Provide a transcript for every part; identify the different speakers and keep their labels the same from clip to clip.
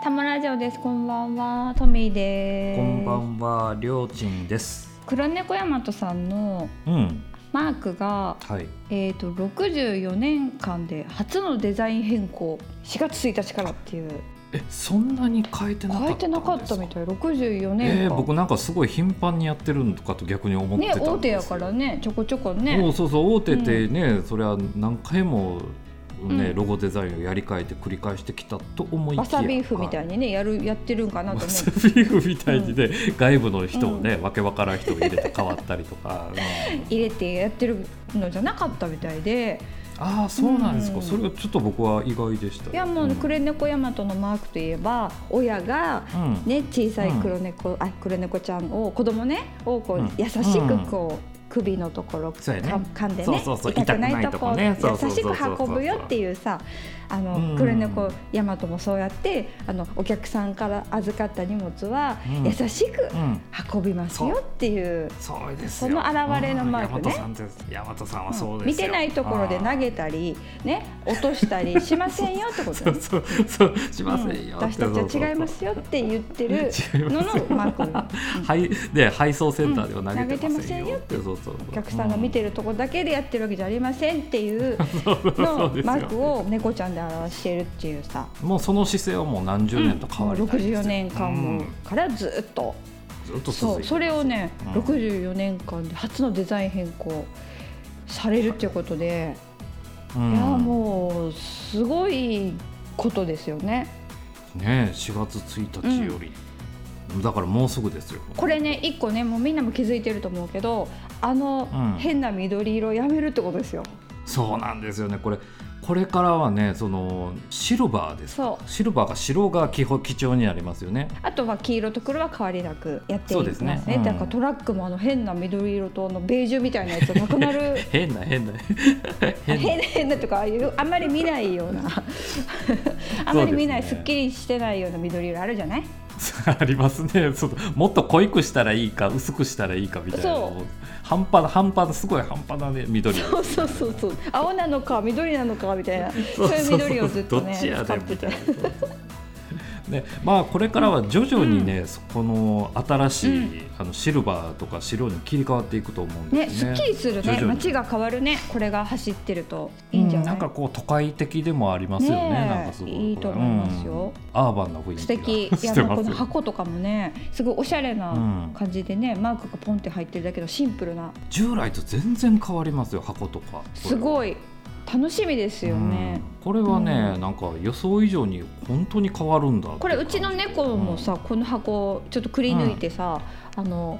Speaker 1: タムラジオです。こんばんは、トミーです。
Speaker 2: こんば。んは、りょうちんです。
Speaker 1: 黒猫大和さんの
Speaker 2: うん、
Speaker 1: マークが、
Speaker 2: はい。
Speaker 1: えっ、と64年間で初のデザイン変更、4月1日からっていう
Speaker 2: え、そんなに変えてなかったんですか。
Speaker 1: 変えてなかったみたい。64年間。
Speaker 2: えー、僕なんかすごい頻繁にやってるのかと逆に思って
Speaker 1: ね
Speaker 2: たんですよ
Speaker 1: 大手やからね、ちょこちょこ
Speaker 2: そ
Speaker 1: ね
Speaker 2: う。そうそう大手ってね、それは何回もね、
Speaker 1: うん
Speaker 2: ロゴデザインをやり替えて繰り返してきたと思いきや
Speaker 1: わさビーフみた
Speaker 2: に
Speaker 1: いにね、やるやってるんかなと
Speaker 2: わ
Speaker 1: 思
Speaker 2: さ
Speaker 1: う。
Speaker 2: ビーフみたいにね、外部の人をね、わけわからん人を入れて変わったりとか、 うん
Speaker 1: 入れてやってるのじゃなかったみたいで、
Speaker 2: ああそうなんですか、
Speaker 1: うん
Speaker 2: それはちょっと僕は意外でした
Speaker 1: いやもう
Speaker 2: ね
Speaker 1: 黒猫大和のマークといえば親が
Speaker 2: うん
Speaker 1: ね、小さい黒猫、あ黒猫ちゃんを子供ねをこう、
Speaker 2: うん
Speaker 1: 優しくこう、首のところ
Speaker 2: そうやね
Speaker 1: か噛んでね
Speaker 2: そうそうそう
Speaker 1: 痛くな
Speaker 2: 痛くないい
Speaker 1: と
Speaker 2: と
Speaker 1: こ
Speaker 2: こねそうそう
Speaker 1: 優し
Speaker 2: そうそう
Speaker 1: く運ぶよっていうさあの、
Speaker 2: うん
Speaker 1: 黒猫ヤマトもそうやってあのお客さんから預かった荷物は、
Speaker 2: うん
Speaker 1: 優しく
Speaker 2: うん
Speaker 1: 運びますよっていう。
Speaker 2: そうですよ
Speaker 1: その表れのマークね
Speaker 2: うん大和さんです大和さんはそうで
Speaker 1: 見
Speaker 2: すよ、
Speaker 1: てないところで投げたり、ね、落としたりしませんよってこと
Speaker 2: そ
Speaker 1: ね
Speaker 2: うそうそうしません
Speaker 1: うん
Speaker 2: よ、
Speaker 1: 私たちは違いますよって言ってる
Speaker 2: 違い
Speaker 1: の
Speaker 2: ま
Speaker 1: のマーク
Speaker 2: はいで配送センターでは投げてませんよって、そうそう
Speaker 1: お客さんが見てるとこだけでやってるわけじゃありませんっていう のマークを猫ちゃんで表してるっていうさ
Speaker 2: うんもうその姿勢はもう何十年と変わりないですよ
Speaker 1: 64年間も
Speaker 2: うん
Speaker 1: からずっと
Speaker 2: ずっと続い
Speaker 1: そ
Speaker 2: て
Speaker 1: う
Speaker 2: る
Speaker 1: それをね
Speaker 2: うん
Speaker 1: 64年間で初のデザイン変更されるっていうことで
Speaker 2: うん
Speaker 1: いやもうすごいことですよね
Speaker 2: ねえ4月1日より、だからもうすぐですよ
Speaker 1: これね一個ねもうみんなも気づいてると思うけどあ
Speaker 2: うん
Speaker 1: の変な緑色やめるってことですよ
Speaker 2: そうなんですよねこれこれからはねそのシルバーですか
Speaker 1: そう
Speaker 2: シルバーが白が基本基調になりますよね
Speaker 1: あとは黄色と黒は変わりなくやっていきます
Speaker 2: そう
Speaker 1: ね
Speaker 2: ですねうん
Speaker 1: だからトラックもあの変な緑色とあのベージュみたいなやつなくなる
Speaker 2: 変な変な 変な
Speaker 1: 変な変なとかああいうあんまり見ないよう なあんまり見ない
Speaker 2: そうです
Speaker 1: す,、
Speaker 2: ね
Speaker 1: っきりしてないような緑色あるじゃない
Speaker 2: ありますねそうもっと濃いくしたらいいか薄くしたらいいかみたいな
Speaker 1: そう
Speaker 2: もう半端な半端なすごい半端なね緑
Speaker 1: そうそうそうそう青なのか緑なのかみたいなそういう緑をずっとね
Speaker 2: どっちや
Speaker 1: 使
Speaker 2: で
Speaker 1: って
Speaker 2: み
Speaker 1: て
Speaker 2: たいな。ねまあ、これからは徐々にね、そこの新しい、あのシルバーとか白に切り替わっていくと思うん
Speaker 1: ね
Speaker 2: ですすね。
Speaker 1: っきりする
Speaker 2: 徐
Speaker 1: ね
Speaker 2: 々に
Speaker 1: 街が変わるねこれが走ってるといいんじゃない、
Speaker 2: うんなんかこう都会的でもありますよね。
Speaker 1: ねえ
Speaker 2: なんかすごい
Speaker 1: いいと思いますよ
Speaker 2: うんアーバンな雰囲気
Speaker 1: 素敵い
Speaker 2: が
Speaker 1: や
Speaker 2: して
Speaker 1: なんか
Speaker 2: ま
Speaker 1: こ
Speaker 2: す
Speaker 1: の
Speaker 2: よ。
Speaker 1: 箱とかもねすごいおしゃれな感じでね、マークがポンって入ってるだけどシンプルな
Speaker 2: 従来と全然変わりますよ箱とか。
Speaker 1: すごい楽しみですよね、
Speaker 2: うんこれはね、
Speaker 1: うん
Speaker 2: なんか予想以上に本当に変わるんだってい
Speaker 1: これうちの猫もさ、この箱ちょっとくり抜いてさ、あの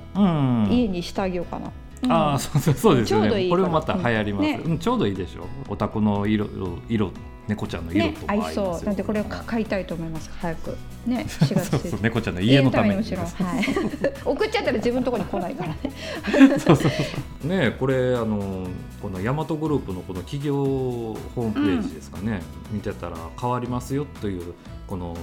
Speaker 1: 家にしてあげようかな、うん
Speaker 2: ああそうそうそうですよ
Speaker 1: ちょうどい
Speaker 2: ね
Speaker 1: い
Speaker 2: これ
Speaker 1: か
Speaker 2: も
Speaker 1: な
Speaker 2: また流行ります、
Speaker 1: ね
Speaker 2: うんちょうどいいでしょお宅の色色猫ちゃんの色
Speaker 1: ね
Speaker 2: とか
Speaker 1: 合いそうなんでこれを
Speaker 2: か
Speaker 1: 買いたいと思います早く ね4月
Speaker 2: そう
Speaker 1: 1
Speaker 2: そう
Speaker 1: 日
Speaker 2: 猫ちゃんの家のために
Speaker 1: もちろん、はい、 送っちゃったら自分のところに来ないからね
Speaker 2: そうそうそうねこれあのこのヤマトグループのこの企業ホームページですかね、見てたら変わりますよというこの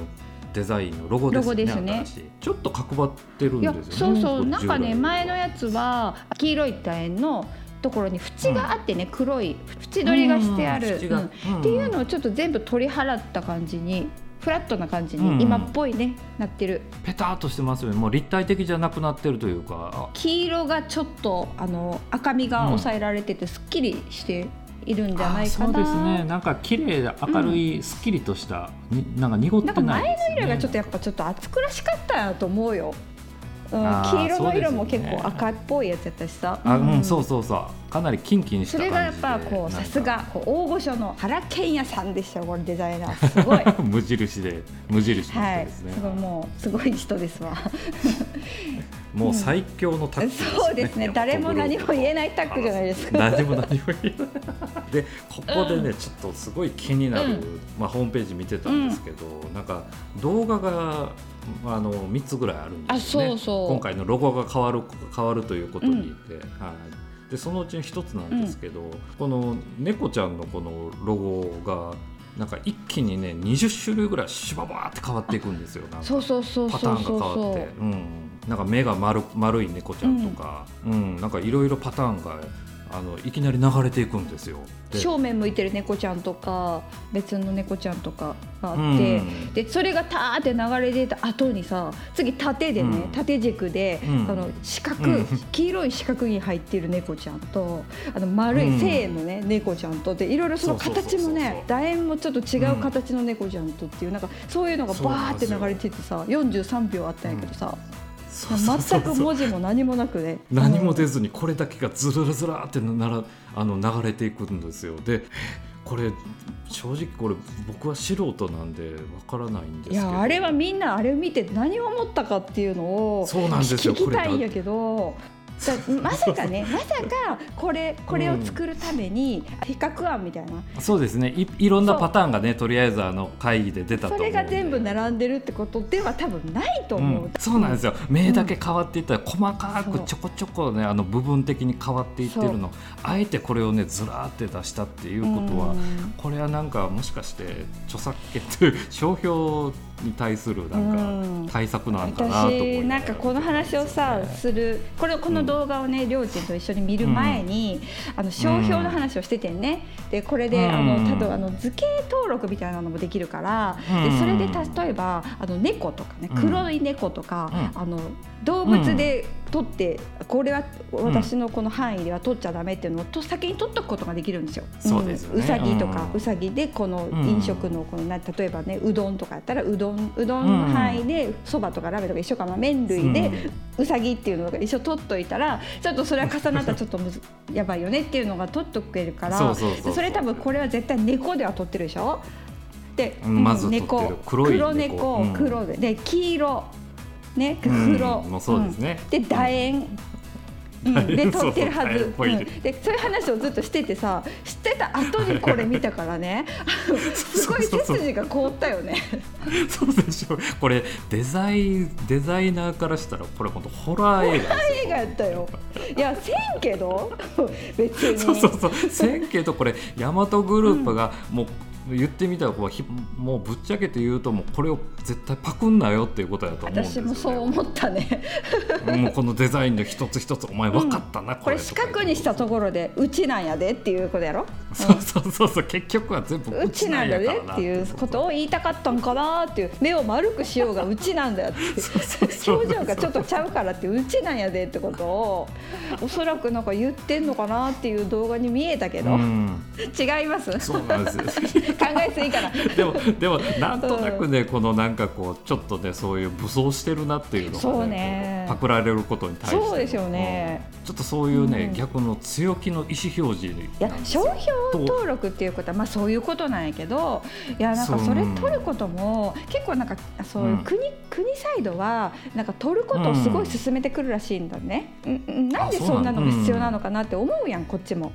Speaker 2: デザインのロゴです
Speaker 1: ロゴ
Speaker 2: よ
Speaker 1: で
Speaker 2: ね
Speaker 1: すね
Speaker 2: 新しいちょっと角張ってるん
Speaker 1: い
Speaker 2: で
Speaker 1: や
Speaker 2: すよ
Speaker 1: そう
Speaker 2: ね
Speaker 1: そ
Speaker 2: こ
Speaker 1: う
Speaker 2: れ
Speaker 1: なんかね
Speaker 2: 従来
Speaker 1: 前のやつは黄色い楕円のところに縁があってね、黒い縁取りがしてある、
Speaker 2: ん縁
Speaker 1: う
Speaker 2: が
Speaker 1: んっていうの
Speaker 2: ん
Speaker 1: をちょっと全部取り払った感じにフラットな感じ
Speaker 2: うん
Speaker 1: に今っぽいね、なってる
Speaker 2: ペタっとしてますよねもう立体的じゃなくなってるというか
Speaker 1: 黄色がちょっとあの赤みが抑えられててすっきりしているんじゃないかな、
Speaker 2: あそうですねなんか綺麗で明るい、すっきりとしたになんか濁って
Speaker 1: な
Speaker 2: なんい
Speaker 1: か前
Speaker 2: ですね
Speaker 1: の色がちょっとやっぱちょっと暑苦しかったなと思うよ、うん、
Speaker 2: あー
Speaker 1: 黄色の色も
Speaker 2: そうですよ
Speaker 1: 結
Speaker 2: ね
Speaker 1: 構赤っぽいやつやったしさ
Speaker 2: あうん、そうそうそうかなりキンキンした
Speaker 1: そ
Speaker 2: 感
Speaker 1: れ
Speaker 2: じで
Speaker 1: がやっぱこう
Speaker 2: な
Speaker 1: さ
Speaker 2: んか
Speaker 1: すがこう大御所の原健也さんでしたよこれデザイナーす ごいは
Speaker 2: 無印で無印の人
Speaker 1: い
Speaker 2: ですね、
Speaker 1: すごいもうすごい人ですわ
Speaker 2: もう最強のタッグですね、
Speaker 1: そうです ね誰も何も言え
Speaker 2: い
Speaker 1: ないタッグじゃないですか
Speaker 2: 何も何も言えないでここでね、ちょっとすごい気になる、
Speaker 1: う
Speaker 2: まあ、ホームページ見てたんですけど、なんか動画があの3つぐらいあるんですよね
Speaker 1: あそうそう
Speaker 2: 今回のロゴが変わる変わるということにで,、はい、でそのうちの1つなんですけど、この猫ちゃんのこのロゴがなんか一気にね20種類ぐらいシュババーって変わっていくんですよなんか
Speaker 1: そうそうそう
Speaker 2: パ
Speaker 1: そ
Speaker 2: ター
Speaker 1: う
Speaker 2: ンが
Speaker 1: そう
Speaker 2: 変わって
Speaker 1: そう
Speaker 2: うんなんか目が丸丸い猫ちゃんとか、うんなんかいろいろパターンがあのいきなり流れていくんですよ。で
Speaker 1: 正面向いてる猫ちゃんとか別の猫ちゃんとかがあって、
Speaker 2: うん
Speaker 1: でそれがターって流れ出た後にさ次縦でね、
Speaker 2: うん
Speaker 1: 縦軸で、
Speaker 2: うん
Speaker 1: あの四角、
Speaker 2: うん
Speaker 1: 黄色い四角に入ってる猫ちゃんとあの丸
Speaker 2: う
Speaker 1: い
Speaker 2: ん
Speaker 1: 正のね、猫ちゃんとでいろいろその
Speaker 2: そうそうそう
Speaker 1: 形
Speaker 2: そう
Speaker 1: もね楕円もちょっと違う形の猫ちゃんとっていう、なんかそういうのがバーって流れててさ43秒あったんやけどさ、
Speaker 2: そうそうそう
Speaker 1: 全く文字も何もなくね。
Speaker 2: 何も
Speaker 1: う
Speaker 2: 出
Speaker 1: ん
Speaker 2: ずにこれだけがずらずらってならあの流れていくんですよでえこれ正直これ僕は素人なんでわからないんで
Speaker 1: い
Speaker 2: すけど
Speaker 1: やあれはみんなあれを見て何を思ったかっていうのを
Speaker 2: そうなんですよ
Speaker 1: 聞きたいん
Speaker 2: これ
Speaker 1: や
Speaker 2: が
Speaker 1: けどだまさかねまさかこれこれを作るために比較案みたいな、
Speaker 2: そうですねいいろんなパターンがねとりあえずあの会議で出たと
Speaker 1: そ
Speaker 2: 思う
Speaker 1: れ
Speaker 2: んで
Speaker 1: が全部並んでるってことでは多分ないと思う、
Speaker 2: うんそうなんですよ目だけ変わっていったら、細か
Speaker 1: そ
Speaker 2: く
Speaker 1: う
Speaker 2: ちょこちょこねあの部分的に変わっていってるのあえてこれをねずらーって出したっていうことは、
Speaker 1: うん
Speaker 2: これはなんかもしかして著作権という商標に対するな
Speaker 1: うん
Speaker 2: んか対策なんかなと思い
Speaker 1: 私なんかこの話をさするこれこの動画をねりょうちんと一緒に見る前に、あの商標の話をしててんねでこれで、
Speaker 2: うん
Speaker 1: あのただあの図形登録みたいなのもできるから、
Speaker 2: う
Speaker 1: で
Speaker 2: ん
Speaker 1: それで例えばあの猫とかね
Speaker 2: うん
Speaker 1: 黒い猫とか、
Speaker 2: う
Speaker 1: あの動物で取って、これは私のこの範囲では取っちゃダメっていうのをと先に取っとくことができるんですよ。
Speaker 2: そうですよね
Speaker 1: んうさぎとか、
Speaker 2: うん
Speaker 1: うさぎでこの
Speaker 2: うん
Speaker 1: 飲食のこのな例えばねうどんとかやったらうどんうどんの範囲でそばとかラーメンとか一緒かな麺類でうさぎっていうのが一緒取っといたらちょっとそれは重なったらちょっとむず やばいよねっていうのが取っとけるから
Speaker 2: そうそうそうそう
Speaker 1: でれ多分これは絶対猫では取ってるでしょで、
Speaker 2: うんまず取ってる
Speaker 1: 猫
Speaker 2: 黒い猫
Speaker 1: 猫、
Speaker 2: うん
Speaker 1: 黒でで黄色ね
Speaker 2: う
Speaker 1: 黒、
Speaker 2: んうんもうそうですね、
Speaker 1: で楕円、うん、で
Speaker 2: そう
Speaker 1: 撮ってるはず、
Speaker 2: 楕円っぽいね
Speaker 1: うんでそういう話をずっとしててさしてた後にこれ見たからねあ のすごい背筋が凍ったよね
Speaker 2: そうでしょこれデザインデザイナーからしたらこれ本当ホラー映画ですよ
Speaker 1: 映画やったよいやせんけど別に
Speaker 2: そうそうそうせんけどこれヤマトグループがもう言ってみたらこうひもうぶっちゃけて言うともうこれを絶対パクんなよっていうことだと思うんです
Speaker 1: 私
Speaker 2: よ、ね、
Speaker 1: もそう思ったね
Speaker 2: もうこのデザインの一つ一つお前分かったな、
Speaker 1: これ四角にしたところでうちなんやでっていうことやろ
Speaker 2: そうそうそうそう結局は全部
Speaker 1: うちなんだねっていうことを言いたかったんかなっていう目を丸くしようがうちなんだよっていう
Speaker 2: そうそうそう
Speaker 1: 表情がちょっとちゃうからってうちなんやでってことをおそらくなんか言ってんのかなっていう動画に見えたけど、
Speaker 2: うん
Speaker 1: 違います
Speaker 2: そうなんですよ
Speaker 1: 考えすぎかな
Speaker 2: でもでもなんとなくね、このなんかこうちょっとねそういう武装してるなっていうのが、ね
Speaker 1: そうね
Speaker 2: こうパクられることに対して
Speaker 1: そうですよね、
Speaker 2: うんちょっとそういうね、
Speaker 1: うん
Speaker 2: 逆の強気の意思表示
Speaker 1: いや
Speaker 2: なんです
Speaker 1: 商
Speaker 2: よ
Speaker 1: 標登録っていうことはまあそういうことなんやけどいやなんか
Speaker 2: そう
Speaker 1: それ取ることも結構なんかそう
Speaker 2: う
Speaker 1: いうん国,、国サイドはなんか取ることをすごい進めてくるらしいんだね、うんうん、なんで
Speaker 2: あそう
Speaker 1: そ
Speaker 2: なんん
Speaker 1: な
Speaker 2: だ
Speaker 1: のが必要なのかなって思うやんこっちも。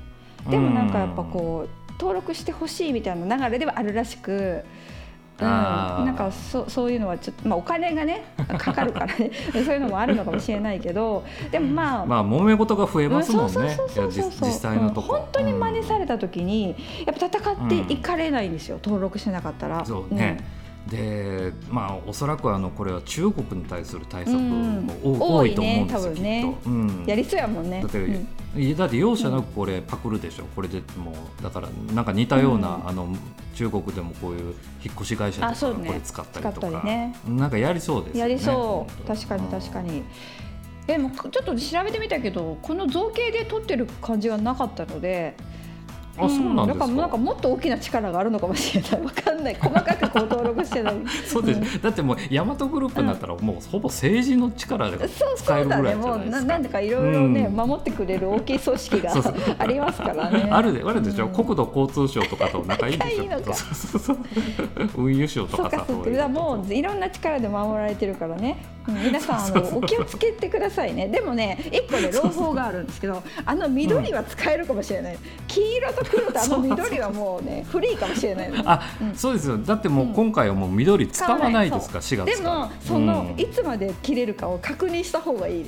Speaker 1: でもなんかやっぱこう登録してほしいみたいな流れではあるらしく。うん、
Speaker 2: あー
Speaker 1: なんかそそういうのはちょっと、まあ、お金がねかかるからね そういうのもあるのかもしれないけどでもまあ、
Speaker 2: まあ揉め事が増えますも
Speaker 1: うん
Speaker 2: んね
Speaker 1: そうそうそうそう
Speaker 2: い
Speaker 1: そ
Speaker 2: や
Speaker 1: う
Speaker 2: 実際のとこ、
Speaker 1: うん本当に真似された時にやっぱ戦っていかれないんですよ、登録してなかったら
Speaker 2: そうね、でまあおそらくあのこれは中国に対する対策も多,、
Speaker 1: うん
Speaker 2: 多いと思うんですよ、
Speaker 1: 多いね
Speaker 2: きっと、うん
Speaker 1: うんやりそうやもんね
Speaker 2: だって、
Speaker 1: うん
Speaker 2: いやだって容赦なくこれパクるでしょ、これでもうだからなんか似たような、
Speaker 1: うん
Speaker 2: あの中国でもこういう引っ越し会社
Speaker 1: あ
Speaker 2: と
Speaker 1: そ
Speaker 2: か
Speaker 1: うね
Speaker 2: これ使った
Speaker 1: 使っ
Speaker 2: りとか、
Speaker 1: たりね
Speaker 2: なんかやりそうですよね
Speaker 1: やりそう、
Speaker 2: 本当
Speaker 1: 確かに確か
Speaker 2: うん
Speaker 1: にでもちょっと調べてみたけどこの造形で撮ってる感じはなかったので
Speaker 2: あそうなんです
Speaker 1: だ
Speaker 2: か,、
Speaker 1: からなんかもっと大きな力があるのかもしれないわかんない細かくこう登録してない
Speaker 2: そうです、だってもう大和グループになったらもうほぼ政治の力で
Speaker 1: そう
Speaker 2: 使
Speaker 1: そ
Speaker 2: え
Speaker 1: う
Speaker 2: る
Speaker 1: だ
Speaker 2: ぐら
Speaker 1: ね
Speaker 2: いじ
Speaker 1: も
Speaker 2: ゃ
Speaker 1: う
Speaker 2: ないですか、
Speaker 1: ななんだかいろいろね、
Speaker 2: うん
Speaker 1: 守ってくれる大きい組織が
Speaker 2: そうそう
Speaker 1: ありますからね
Speaker 2: あるで、あるでしょ、
Speaker 1: うん
Speaker 2: 国土交通省とかと仲いいんでし
Speaker 1: 仲いいのか
Speaker 2: ょ。そうそうそう運輸省と
Speaker 1: そう
Speaker 2: か
Speaker 1: か
Speaker 2: さ。
Speaker 1: そうか
Speaker 2: そういう
Speaker 1: だからもういろんな力で守られてるからね、うん皆さんあのお気をつけてくださいねでもね一個ね朗報があるんですけどあの緑は使えるかもしれない、黄色と黒とあの緑はもうね古いかもしれないの
Speaker 2: あ、
Speaker 1: うん
Speaker 2: そうですよ。だってもううん今回はもう緑使わないですか、4月
Speaker 1: で
Speaker 2: から
Speaker 1: もその、
Speaker 2: うん
Speaker 1: いつまで切れるかを確認した方がいい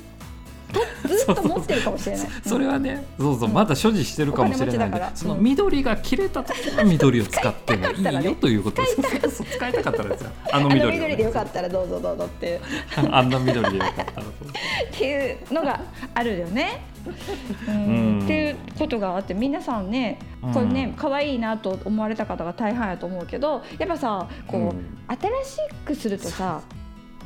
Speaker 1: ずっと持ってるかもしれない。
Speaker 2: それはね、そうそう、
Speaker 1: うん
Speaker 2: まだ所持してるかもしれない
Speaker 1: お金持ち
Speaker 2: ん
Speaker 1: だ
Speaker 2: で、
Speaker 1: から
Speaker 2: その緑が切れた時は緑を使ってもい
Speaker 1: 使いたかったら
Speaker 2: い
Speaker 1: ね
Speaker 2: よということです。そう使いたかったらですよ。あの
Speaker 1: あの
Speaker 2: 緑,、
Speaker 1: 緑でよかったらどうぞどうぞっていう
Speaker 2: た。あんな緑でよかったらと。
Speaker 1: っていうのがあるよね。うん
Speaker 2: うん
Speaker 1: っていうことがあって皆さんねこれね可愛いなと思われた方が大半やと思うけどやっぱさこう、
Speaker 2: うん
Speaker 1: 新しくするとさ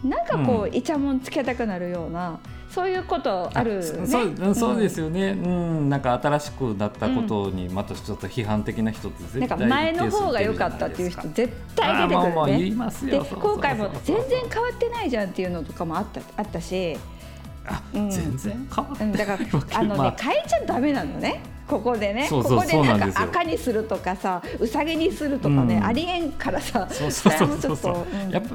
Speaker 1: なんかこう、イチャモンつけたくなるようなそういうことあるね。
Speaker 2: そうそうそうです
Speaker 1: よ、
Speaker 2: よね、うんなんか新しくなったことにまたちょっと批判的な人って絶
Speaker 1: な
Speaker 2: 対
Speaker 1: んか前の方が良かったっていう人絶対出てく
Speaker 2: あーまあ
Speaker 1: る
Speaker 2: まあ
Speaker 1: ね
Speaker 2: 言。います
Speaker 1: で
Speaker 2: よそうそうそう
Speaker 1: 今回も全然変わってないじゃんっていうのとかもあったあったし、
Speaker 2: あ
Speaker 1: うん
Speaker 2: 全然 変わっ
Speaker 1: う
Speaker 2: て
Speaker 1: ん、
Speaker 2: ない
Speaker 1: だからあのね、
Speaker 2: まあ
Speaker 1: 変えちゃダメなのねここでね
Speaker 2: そうそう
Speaker 1: ここでな
Speaker 2: そうなんんです
Speaker 1: か
Speaker 2: よ
Speaker 1: 赤にするとかさうさぎにするとかね、
Speaker 2: うん
Speaker 1: ありえんからさ
Speaker 2: そうそうそ
Speaker 1: も
Speaker 2: う
Speaker 1: ち
Speaker 2: そ
Speaker 1: ょ
Speaker 2: う
Speaker 1: っと
Speaker 2: そう
Speaker 1: うん
Speaker 2: やっぱ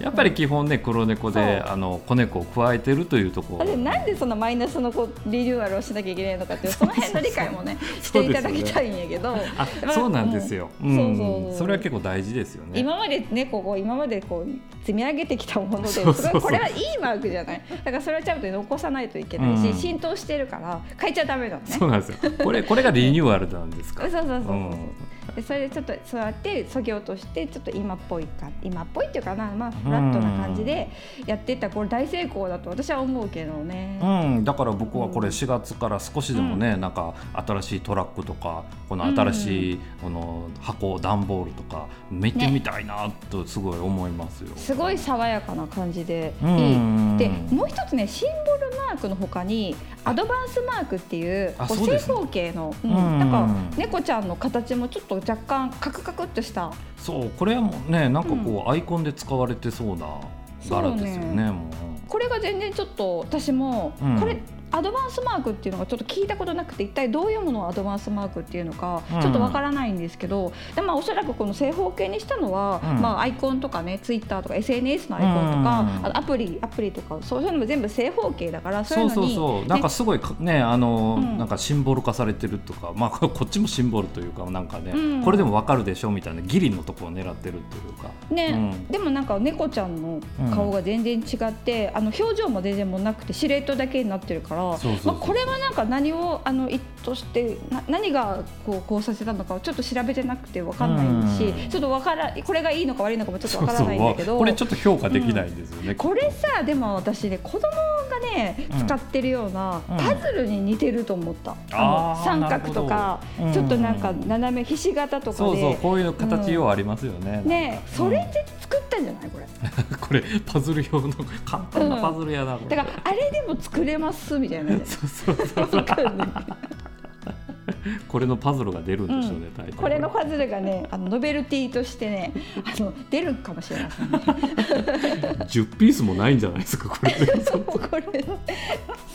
Speaker 2: やっぱり基本ね黒猫で
Speaker 1: そう
Speaker 2: あの子猫を加えてるというとこ
Speaker 1: あ
Speaker 2: ろ
Speaker 1: れなんでそのマイナスのこうリニューアルをしなきゃいけないのかっていうその辺の理解もね していただきたいんやけど、
Speaker 2: あ
Speaker 1: まあ
Speaker 2: そうなんですよ、
Speaker 1: う
Speaker 2: うんん
Speaker 1: そうそう
Speaker 2: それは結構大事ですよね
Speaker 1: 今までねここ今までこう積み上げてきたもので
Speaker 2: そうそうそう
Speaker 1: すごいこれはいいマークじゃないだからそれはちゃんと残さないといけないし、
Speaker 2: うん
Speaker 1: 浸透してるから変えちゃダメなのね。
Speaker 2: そうなんですよこれこれがリニューアルなんですか
Speaker 1: そうそうそうそう、
Speaker 2: うん
Speaker 1: でそれでちょっとそうやってそぎ落としてちょっと今っぽいか今っぽいっていうかなまあフラットな感じでやってったこれ大成功だと私は思うけどね。
Speaker 2: うん、だから僕はこれ4月から少しでもね、なんか新しいトラックとかこの新しいこの箱段ボールとか見てみたいなとすごい思いますよ。
Speaker 1: すごい爽やかな感じでい
Speaker 2: うん
Speaker 1: い、
Speaker 2: うん
Speaker 1: でもう一つねシンボルマークのほかにアドバンスマークっていう
Speaker 2: あ
Speaker 1: こう
Speaker 2: そう
Speaker 1: 正
Speaker 2: ですね
Speaker 1: 方形の、うん
Speaker 2: うん
Speaker 1: なんか猫ちゃんの形もちょっと若干カクカクっとした
Speaker 2: そうこれはもうねなんかこうアイコンで使われてそうな柄ですよ
Speaker 1: そう
Speaker 2: ね
Speaker 1: ね
Speaker 2: もう。
Speaker 1: これが全然ちょっと私も、
Speaker 2: うん
Speaker 1: これアドバンスマークっていうのがちょっと聞いたことなくて一体どういうものをアドバンスマークっていうのか
Speaker 2: うん
Speaker 1: ちょっとわからないんですけど、でまあ、おそらくこの正方形にしたのは、
Speaker 2: うん
Speaker 1: まあ、アイコンとかねツイッターとか SNS のアイコンとか、
Speaker 2: うん
Speaker 1: あとアプリアプリとかそういうのも全部正方形だからそうい
Speaker 2: そうう
Speaker 1: のに
Speaker 2: そうそう、なんかすごいかねあの、
Speaker 1: うん
Speaker 2: なんかシンボル化されてるとかまあここっちもシンボルというかなんかね、
Speaker 1: うん
Speaker 2: これでもわかるでしょみたいなギリのところを狙ってるというか。
Speaker 1: ね
Speaker 2: うん
Speaker 1: でもなんか猫ちゃんの顔が全然違って、あの表情も全然もうなくてシルエットだけになってるから
Speaker 2: そうそうそ
Speaker 1: ま
Speaker 2: う
Speaker 1: あ、これはなんか何をあの意図してな何がこうこうさせたのかをちょっと調べてなくてわかんないし、
Speaker 2: うん
Speaker 1: ちょっとわからこれがいいのか悪いのかもちょっとわからないんだけど。
Speaker 2: これちょっと評価できないんですよね。
Speaker 1: これさでも私ね子供がね
Speaker 2: うん
Speaker 1: 使ってるような
Speaker 2: うん
Speaker 1: パズルに似てると思った、あ
Speaker 2: あ
Speaker 1: の
Speaker 2: ー
Speaker 1: 三角とか、
Speaker 2: なるほどうん
Speaker 1: ちょっとなんか斜めひし形とかで
Speaker 2: そうそうこういう形ようありますよね。
Speaker 1: ね
Speaker 2: な
Speaker 1: そ
Speaker 2: んか
Speaker 1: れで作ったんじゃないこれ
Speaker 2: うんこれパズル用の簡単なパズルやな。これ
Speaker 1: だからあれでも作れますみたいなね
Speaker 2: そう そう
Speaker 1: わかんない
Speaker 2: これのパズルが出るんでしょうね、大体。
Speaker 1: これのパズルがねあのノベルティとしてねあの出るかもしれませんね
Speaker 2: 十ピースもないんじゃないですかこれ。
Speaker 1: そうこれ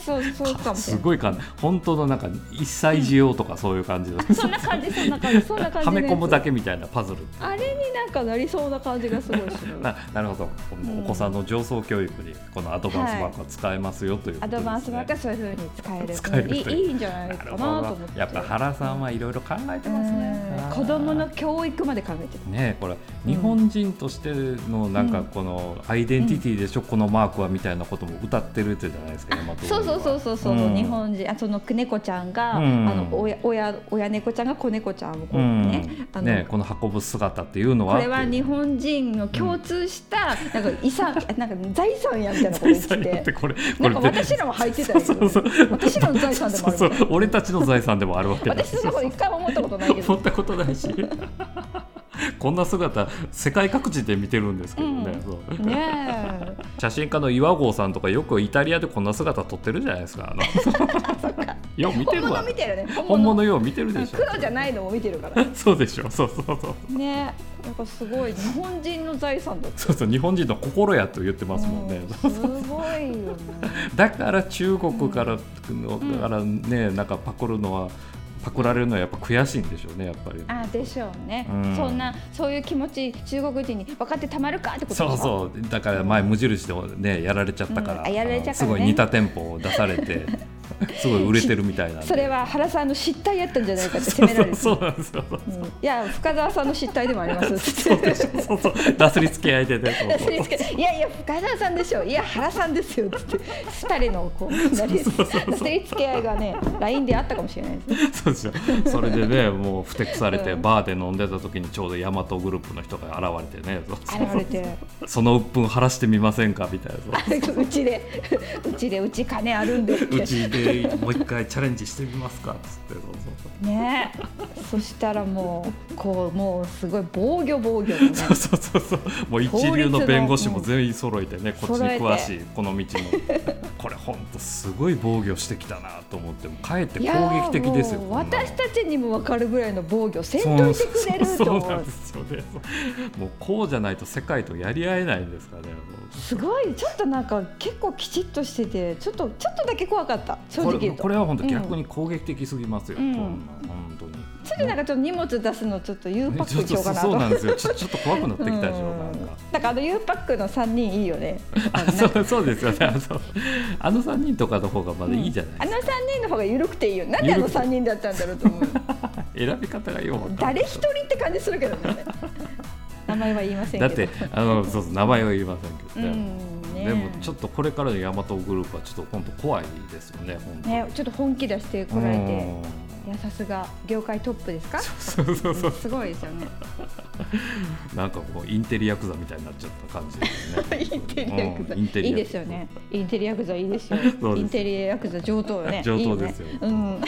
Speaker 1: そうそうかもし
Speaker 2: す
Speaker 1: れない
Speaker 2: ごいか本当のなんか一歳児用とかそういう感じの。
Speaker 1: そんな感じそんな感じそんな感じ
Speaker 2: はめ
Speaker 1: のやつ
Speaker 2: 込むだけみたいなパズル。
Speaker 1: あれになんかなりそうな感じがすごい する
Speaker 2: ななるほど、このお子さんの上層教育にこのアドバンスマークは使えますよというこ
Speaker 1: ア
Speaker 2: とです、
Speaker 1: ド
Speaker 2: ね
Speaker 1: バンスマークはそういう風に使える
Speaker 2: 使えると
Speaker 1: い
Speaker 2: いう
Speaker 1: いいいんじゃない
Speaker 2: な
Speaker 1: か
Speaker 2: る
Speaker 1: な
Speaker 2: ほ
Speaker 1: と思っ
Speaker 2: ど
Speaker 1: て
Speaker 2: やっぱ原さんはいろいろ考えてますね
Speaker 1: う
Speaker 2: あ
Speaker 1: ん
Speaker 2: ー
Speaker 1: 子供の教育まで考えてる
Speaker 2: ねえこれ
Speaker 1: ん
Speaker 2: 日本人としてのなん
Speaker 1: う
Speaker 2: か
Speaker 1: ん
Speaker 2: このアイデンティティでしょ、このマークはみたいなことも歌ってるってじゃないですか大和
Speaker 1: そうそうそうそうそう、
Speaker 2: うん
Speaker 1: 日本人あその猫ちゃんが、
Speaker 2: うん
Speaker 1: あの親親親猫ちゃんが子猫ちゃんをこうね、
Speaker 2: う
Speaker 1: あ
Speaker 2: ん
Speaker 1: の
Speaker 2: ねえこの運ぶ姿っていうのは
Speaker 1: これは日 本人の共通した、なんか遺産なんか財産やみたいなこと言って
Speaker 2: 財産って
Speaker 1: て
Speaker 2: これこ
Speaker 1: な
Speaker 2: れ
Speaker 1: んか私らも入ってたよ、ね、
Speaker 2: そうそう
Speaker 1: 私らの財産でもある
Speaker 2: そうそう俺たちの財産でもあるわけだ
Speaker 1: 私のところ一回も思ったことないけ
Speaker 2: 思
Speaker 1: ど
Speaker 2: っ。たことな いしこんな姿世界各地で見てるんですけどね、
Speaker 1: うん
Speaker 2: そう
Speaker 1: ねえ、
Speaker 2: 写真家の岩合さんとかよくイタリアでこんな姿撮ってるじゃないですかあのよう見て
Speaker 1: 本
Speaker 2: るわ
Speaker 1: 物見てるね。
Speaker 2: 本物
Speaker 1: よ。
Speaker 2: よう見てる
Speaker 1: う
Speaker 2: で
Speaker 1: ん
Speaker 2: しょ
Speaker 1: 黒じゃないのも見てるから。
Speaker 2: そうでしょそうそうそう
Speaker 1: ねえ、やっぱすごい日本人の財産だって。
Speaker 2: そうそう日本人の心やと言ってますもんね、
Speaker 1: うんすごいよね。
Speaker 2: だから中国からの、
Speaker 1: ん
Speaker 2: からねなんかパクるのはパクられるのはやっぱ悔しいんでしょうねやっぱり
Speaker 1: あでしょうね、
Speaker 2: うん
Speaker 1: そんなそういう気持ち中国人に分かってたまるかってこと
Speaker 2: そう
Speaker 1: う
Speaker 2: そうだから前無印でねやられちゃったから,、
Speaker 1: うんあやられちゃったからね
Speaker 2: すごい似た店舗を出されてすごい売れてるみたいなんで
Speaker 1: それは原さんの失態やったんじゃないかって責められる
Speaker 2: そうそうそうなんですよ
Speaker 1: うんいや深澤さんの失態でもあります
Speaker 2: そうでしょそうそうなすりつけ相手でそう
Speaker 1: それですけ どいやいや深澤さんでしょいや原さんですよつって二人のこうなり
Speaker 2: そうそうそう
Speaker 1: なすりつけ合いがね LINE であったかもしれないですね
Speaker 2: そうですよそれでねもうふてくされて、
Speaker 1: うん
Speaker 2: バーで飲んでた時にちょうどヤマトグループの人が現れてねそうそう
Speaker 1: 現れて
Speaker 2: その鬱憤晴らしてみませんかみたいなそう
Speaker 1: うちでうちでうち金あるんでって
Speaker 2: うちでもう一回チャレンジしてみますかっつってそうそ
Speaker 1: ねそしたらもうこうもうすごい防御防御みたいな
Speaker 2: うそうそうそうそうもう一流の弁護士も全員揃えてねこっちに詳しいこの道の これ本当すごい防御してきたなと思ってもかえって
Speaker 1: い
Speaker 2: 攻
Speaker 1: やー
Speaker 2: 撃的ですよ
Speaker 1: もう
Speaker 2: こんなの
Speaker 1: 私たちにも分かるぐらいの防御戦闘してくれると
Speaker 2: そう
Speaker 1: 思う
Speaker 2: なんですよねもうこうじゃないと世界とやり合えないんですかねもう
Speaker 1: すごいちょっとなんか結構きちっとしててちょっとちょっとだけ怖かった正
Speaker 2: こ
Speaker 1: 直
Speaker 2: れ
Speaker 1: 言うと
Speaker 2: これは本当
Speaker 1: うん
Speaker 2: 逆に攻撃的すぎますよ、
Speaker 1: うん
Speaker 2: こんなん本当に。
Speaker 1: それでなんかちょっと荷物出すのちょっと U
Speaker 2: ね
Speaker 1: パッ
Speaker 2: ちょ
Speaker 1: ク
Speaker 2: っ
Speaker 1: しよ
Speaker 2: と
Speaker 1: うかな
Speaker 2: そ
Speaker 1: と
Speaker 2: うなんですよちょ ちょっと怖くなってきたでしょ
Speaker 1: うん
Speaker 2: なんか。
Speaker 1: なんかあの U パックの3人いいよね
Speaker 2: あそうそうですよねあのあの3人とかの方がまだいいじゃ
Speaker 1: あ
Speaker 2: ない、
Speaker 1: の3人の方が緩くていいよなんであの3人だったんだろうと思 う
Speaker 2: 選び方がよくわかんな
Speaker 1: 誰
Speaker 2: い
Speaker 1: 一人って感じするけどね名前は言いませんけ
Speaker 2: だ
Speaker 1: ど
Speaker 2: ってあのそうそう名前は言いませんけ
Speaker 1: う
Speaker 2: どね、
Speaker 1: んね
Speaker 2: でもちょっとこれからのヤマトグループはちょっと本当怖いですよね本当に
Speaker 1: ねちょっと本気出してこられていやさすが業界トップですか
Speaker 2: うんそうそうそう
Speaker 1: すごいですよね
Speaker 2: なんかこうインテリヤクザみたいになっちゃった感じです ね
Speaker 1: インテリアクザ、
Speaker 2: うんインテリ
Speaker 1: いい
Speaker 2: ヤクザ
Speaker 1: ですよねインテリアクザいいですよ
Speaker 2: そうです
Speaker 1: インテリアクザ上等よね
Speaker 2: 上等ですよ
Speaker 1: いいね うん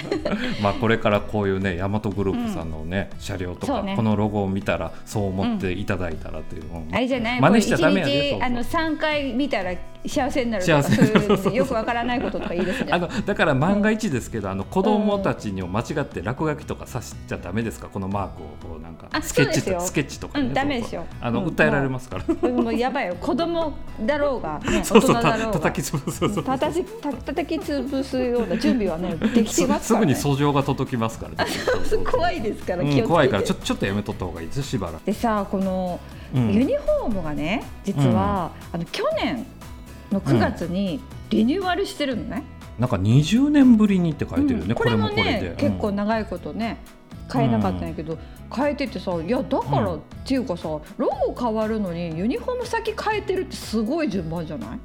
Speaker 2: まあこれからこういうねヤマトグループさんのね、車両と
Speaker 1: そ
Speaker 2: か、
Speaker 1: うね
Speaker 2: このロゴを見たらそう思っていただいたらっていう、うん
Speaker 1: あれじゃない、
Speaker 2: 真似しちゃダメや
Speaker 1: 一
Speaker 2: で、
Speaker 1: 日あの
Speaker 2: ね、
Speaker 1: 三回見たら幸せになるとか
Speaker 2: 幸せ
Speaker 1: そういう よくわからないこととかいいですね。
Speaker 2: あのだから漫画一ですけど、あの子供たちにも間違って落書きとかさしちゃダメですかこのマークをこうなんか
Speaker 1: あ
Speaker 2: スケッチ
Speaker 1: そうで
Speaker 2: と
Speaker 1: すよ
Speaker 2: スケッチとかね、
Speaker 1: うんダメですよ
Speaker 2: そうそうあの、
Speaker 1: うん
Speaker 2: 訴えられますから、
Speaker 1: これもうやばいよ、子供だろうが、ね、
Speaker 2: そうそう
Speaker 1: 大人だろ
Speaker 2: た
Speaker 1: うが。
Speaker 2: 叩き潰すそうそう
Speaker 1: たたきた叩き潰すような準備はねできてますすか
Speaker 2: ぐ
Speaker 1: ら、
Speaker 2: に
Speaker 1: ね、
Speaker 2: 訴状が届きますからね
Speaker 1: 怖いですから
Speaker 2: う
Speaker 1: 気をつ
Speaker 2: ん
Speaker 1: けて、
Speaker 2: 怖いからちょちょっとやめとった方がいいですよしばらく。
Speaker 1: でさこの
Speaker 2: うん
Speaker 1: ユニフォームがね実は、あの去年の9月にリニューアルしてるのね、
Speaker 2: なんか20年ぶりにって書いてるよね、
Speaker 1: うんこれも
Speaker 2: これで
Speaker 1: ね結構長いことね変えなかったんやけど、変えててさいやだから、
Speaker 2: うん
Speaker 1: っていうかさロゴ変わるのにユニフォーム先変えてるってすごい順番じゃない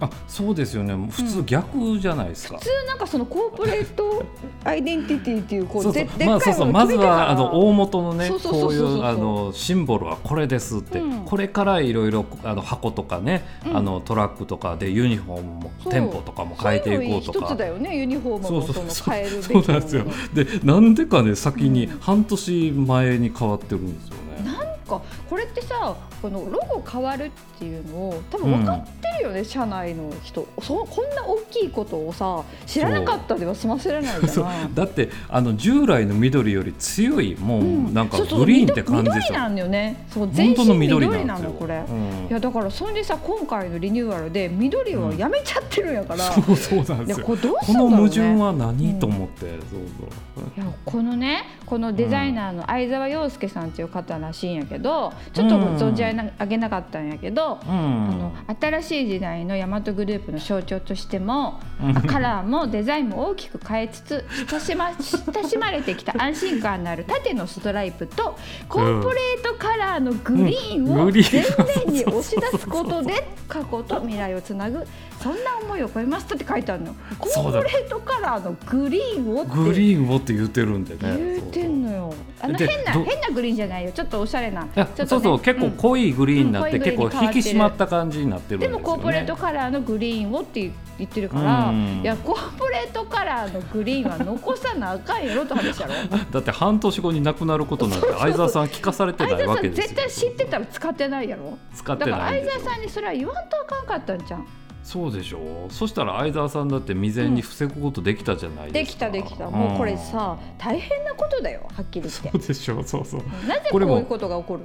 Speaker 2: あそうですよね普通逆じゃないですか、
Speaker 1: 普通なんかそのコーポレー トアイデンティティっていうこう
Speaker 2: そうそ
Speaker 1: で
Speaker 2: う
Speaker 1: でっかい
Speaker 2: ま
Speaker 1: の
Speaker 2: あそうそう
Speaker 1: を
Speaker 2: ま
Speaker 1: 決
Speaker 2: ず
Speaker 1: めてから
Speaker 2: はあの大元のね
Speaker 1: そうそう
Speaker 2: こ
Speaker 1: そうう
Speaker 2: い
Speaker 1: そうそう
Speaker 2: うあのシンボルはこれですって、
Speaker 1: うん
Speaker 2: これからいろいろあの箱とかね、
Speaker 1: うん
Speaker 2: あのトラックとかでユニフォームも
Speaker 1: そう
Speaker 2: 店舗とかも変えていこうと
Speaker 1: そういうの一
Speaker 2: か
Speaker 1: つ。だよねユニフォーム
Speaker 2: そう
Speaker 1: も
Speaker 2: そう
Speaker 1: その
Speaker 2: そう
Speaker 1: 変えるべき
Speaker 2: そうなんですよ
Speaker 1: もの
Speaker 2: でなんでかね先に
Speaker 1: うん
Speaker 2: 半年前に変わってるんですよね、
Speaker 1: なんかこれってさこのロゴ変わるっていうのを多分分かってるよね、社内の人そこんな大きいことをさ知らなかったでは済ませられないじ
Speaker 2: そ
Speaker 1: ゃ
Speaker 2: う
Speaker 1: ない
Speaker 2: だってあの従来の緑より強いも
Speaker 1: うん
Speaker 2: うなんか
Speaker 1: そうそう
Speaker 2: グリーンって感じで
Speaker 1: 緑
Speaker 2: すよ、
Speaker 1: なんだよねそう全
Speaker 2: 本当の
Speaker 1: 身緑
Speaker 2: 緑
Speaker 1: なの
Speaker 2: なんですよ
Speaker 1: これ、
Speaker 2: うん
Speaker 1: いやだからそれでさ今回のリニューアルで緑をやめちゃってるんやから、い
Speaker 2: そうそうなんで
Speaker 1: や
Speaker 2: すよ
Speaker 1: これどうす
Speaker 2: こ
Speaker 1: る
Speaker 2: の
Speaker 1: んだろうね
Speaker 2: 矛盾は何、
Speaker 1: うん
Speaker 2: と思ってそうそう
Speaker 1: いやこのねこのデザイナーの相沢洋介さんっていう方らしいんやけどちょっとご存じあげなかったんやけど、
Speaker 2: うん
Speaker 1: あの新しい時代のヤマトグループの象徴としても
Speaker 2: うん
Speaker 1: あカラーもデザインも大きく変えつつ親し,、ま、親しまれてきた安心感のある縦のストライプとコーポレートカラーのグリーン
Speaker 2: うん
Speaker 1: を
Speaker 2: グリーン
Speaker 1: 前面に押し出すことで過去と未来をつなぐそんな思いを超えましたって書いてあるのコ
Speaker 2: そ
Speaker 1: ー
Speaker 2: う
Speaker 1: ポ
Speaker 2: だ
Speaker 1: レートカラーのグリーンを
Speaker 2: グ
Speaker 1: って
Speaker 2: リーンをって言ってるんでね
Speaker 1: 言うてんのよあの
Speaker 2: で
Speaker 1: 変な
Speaker 2: ど
Speaker 1: 変なグリーンじゃないよちょっとおしゃれな
Speaker 2: そう
Speaker 1: ちょ
Speaker 2: そう
Speaker 1: っとね
Speaker 2: そうそう結構
Speaker 1: ん
Speaker 2: 濃いグリーンになって、
Speaker 1: うん濃い
Speaker 2: 結
Speaker 1: グリーン
Speaker 2: 構
Speaker 1: に変わ
Speaker 2: 引
Speaker 1: っ
Speaker 2: き
Speaker 1: てる
Speaker 2: 締まった感じになってるんで
Speaker 1: ですも
Speaker 2: よ、ね、
Speaker 1: コーポレートカラーのグリーンをって言ってるから、
Speaker 2: うん
Speaker 1: いやコーポレートカラーのグリーンは残さなあかんやろって話 やろ
Speaker 2: だって半年後になくなることなんて相沢さん聞かされて
Speaker 1: 相
Speaker 2: ない
Speaker 1: 沢
Speaker 2: わ
Speaker 1: さ
Speaker 2: け
Speaker 1: ん
Speaker 2: です
Speaker 1: 絶
Speaker 2: よ
Speaker 1: 対知ってたら使ってないやろ
Speaker 2: 使っ
Speaker 1: だ
Speaker 2: て
Speaker 1: から
Speaker 2: ないんで
Speaker 1: 相
Speaker 2: しょ
Speaker 1: 沢さんにそれは言わんとあかんかったんじゃん
Speaker 2: そうでしょうそしたら相沢さんだって未然に防ぐことできたじゃない
Speaker 1: で
Speaker 2: で
Speaker 1: き
Speaker 2: すか、
Speaker 1: たできたもうこれさ大変なことだよはっきり言って
Speaker 2: うんそうでしょうそうそう
Speaker 1: なぜこ
Speaker 2: こ
Speaker 1: う
Speaker 2: れも
Speaker 1: いうことが起こる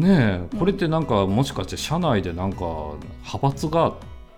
Speaker 1: の
Speaker 2: ね
Speaker 1: う
Speaker 2: え
Speaker 1: ん
Speaker 2: これってなんかもしかして社内でなんか派閥が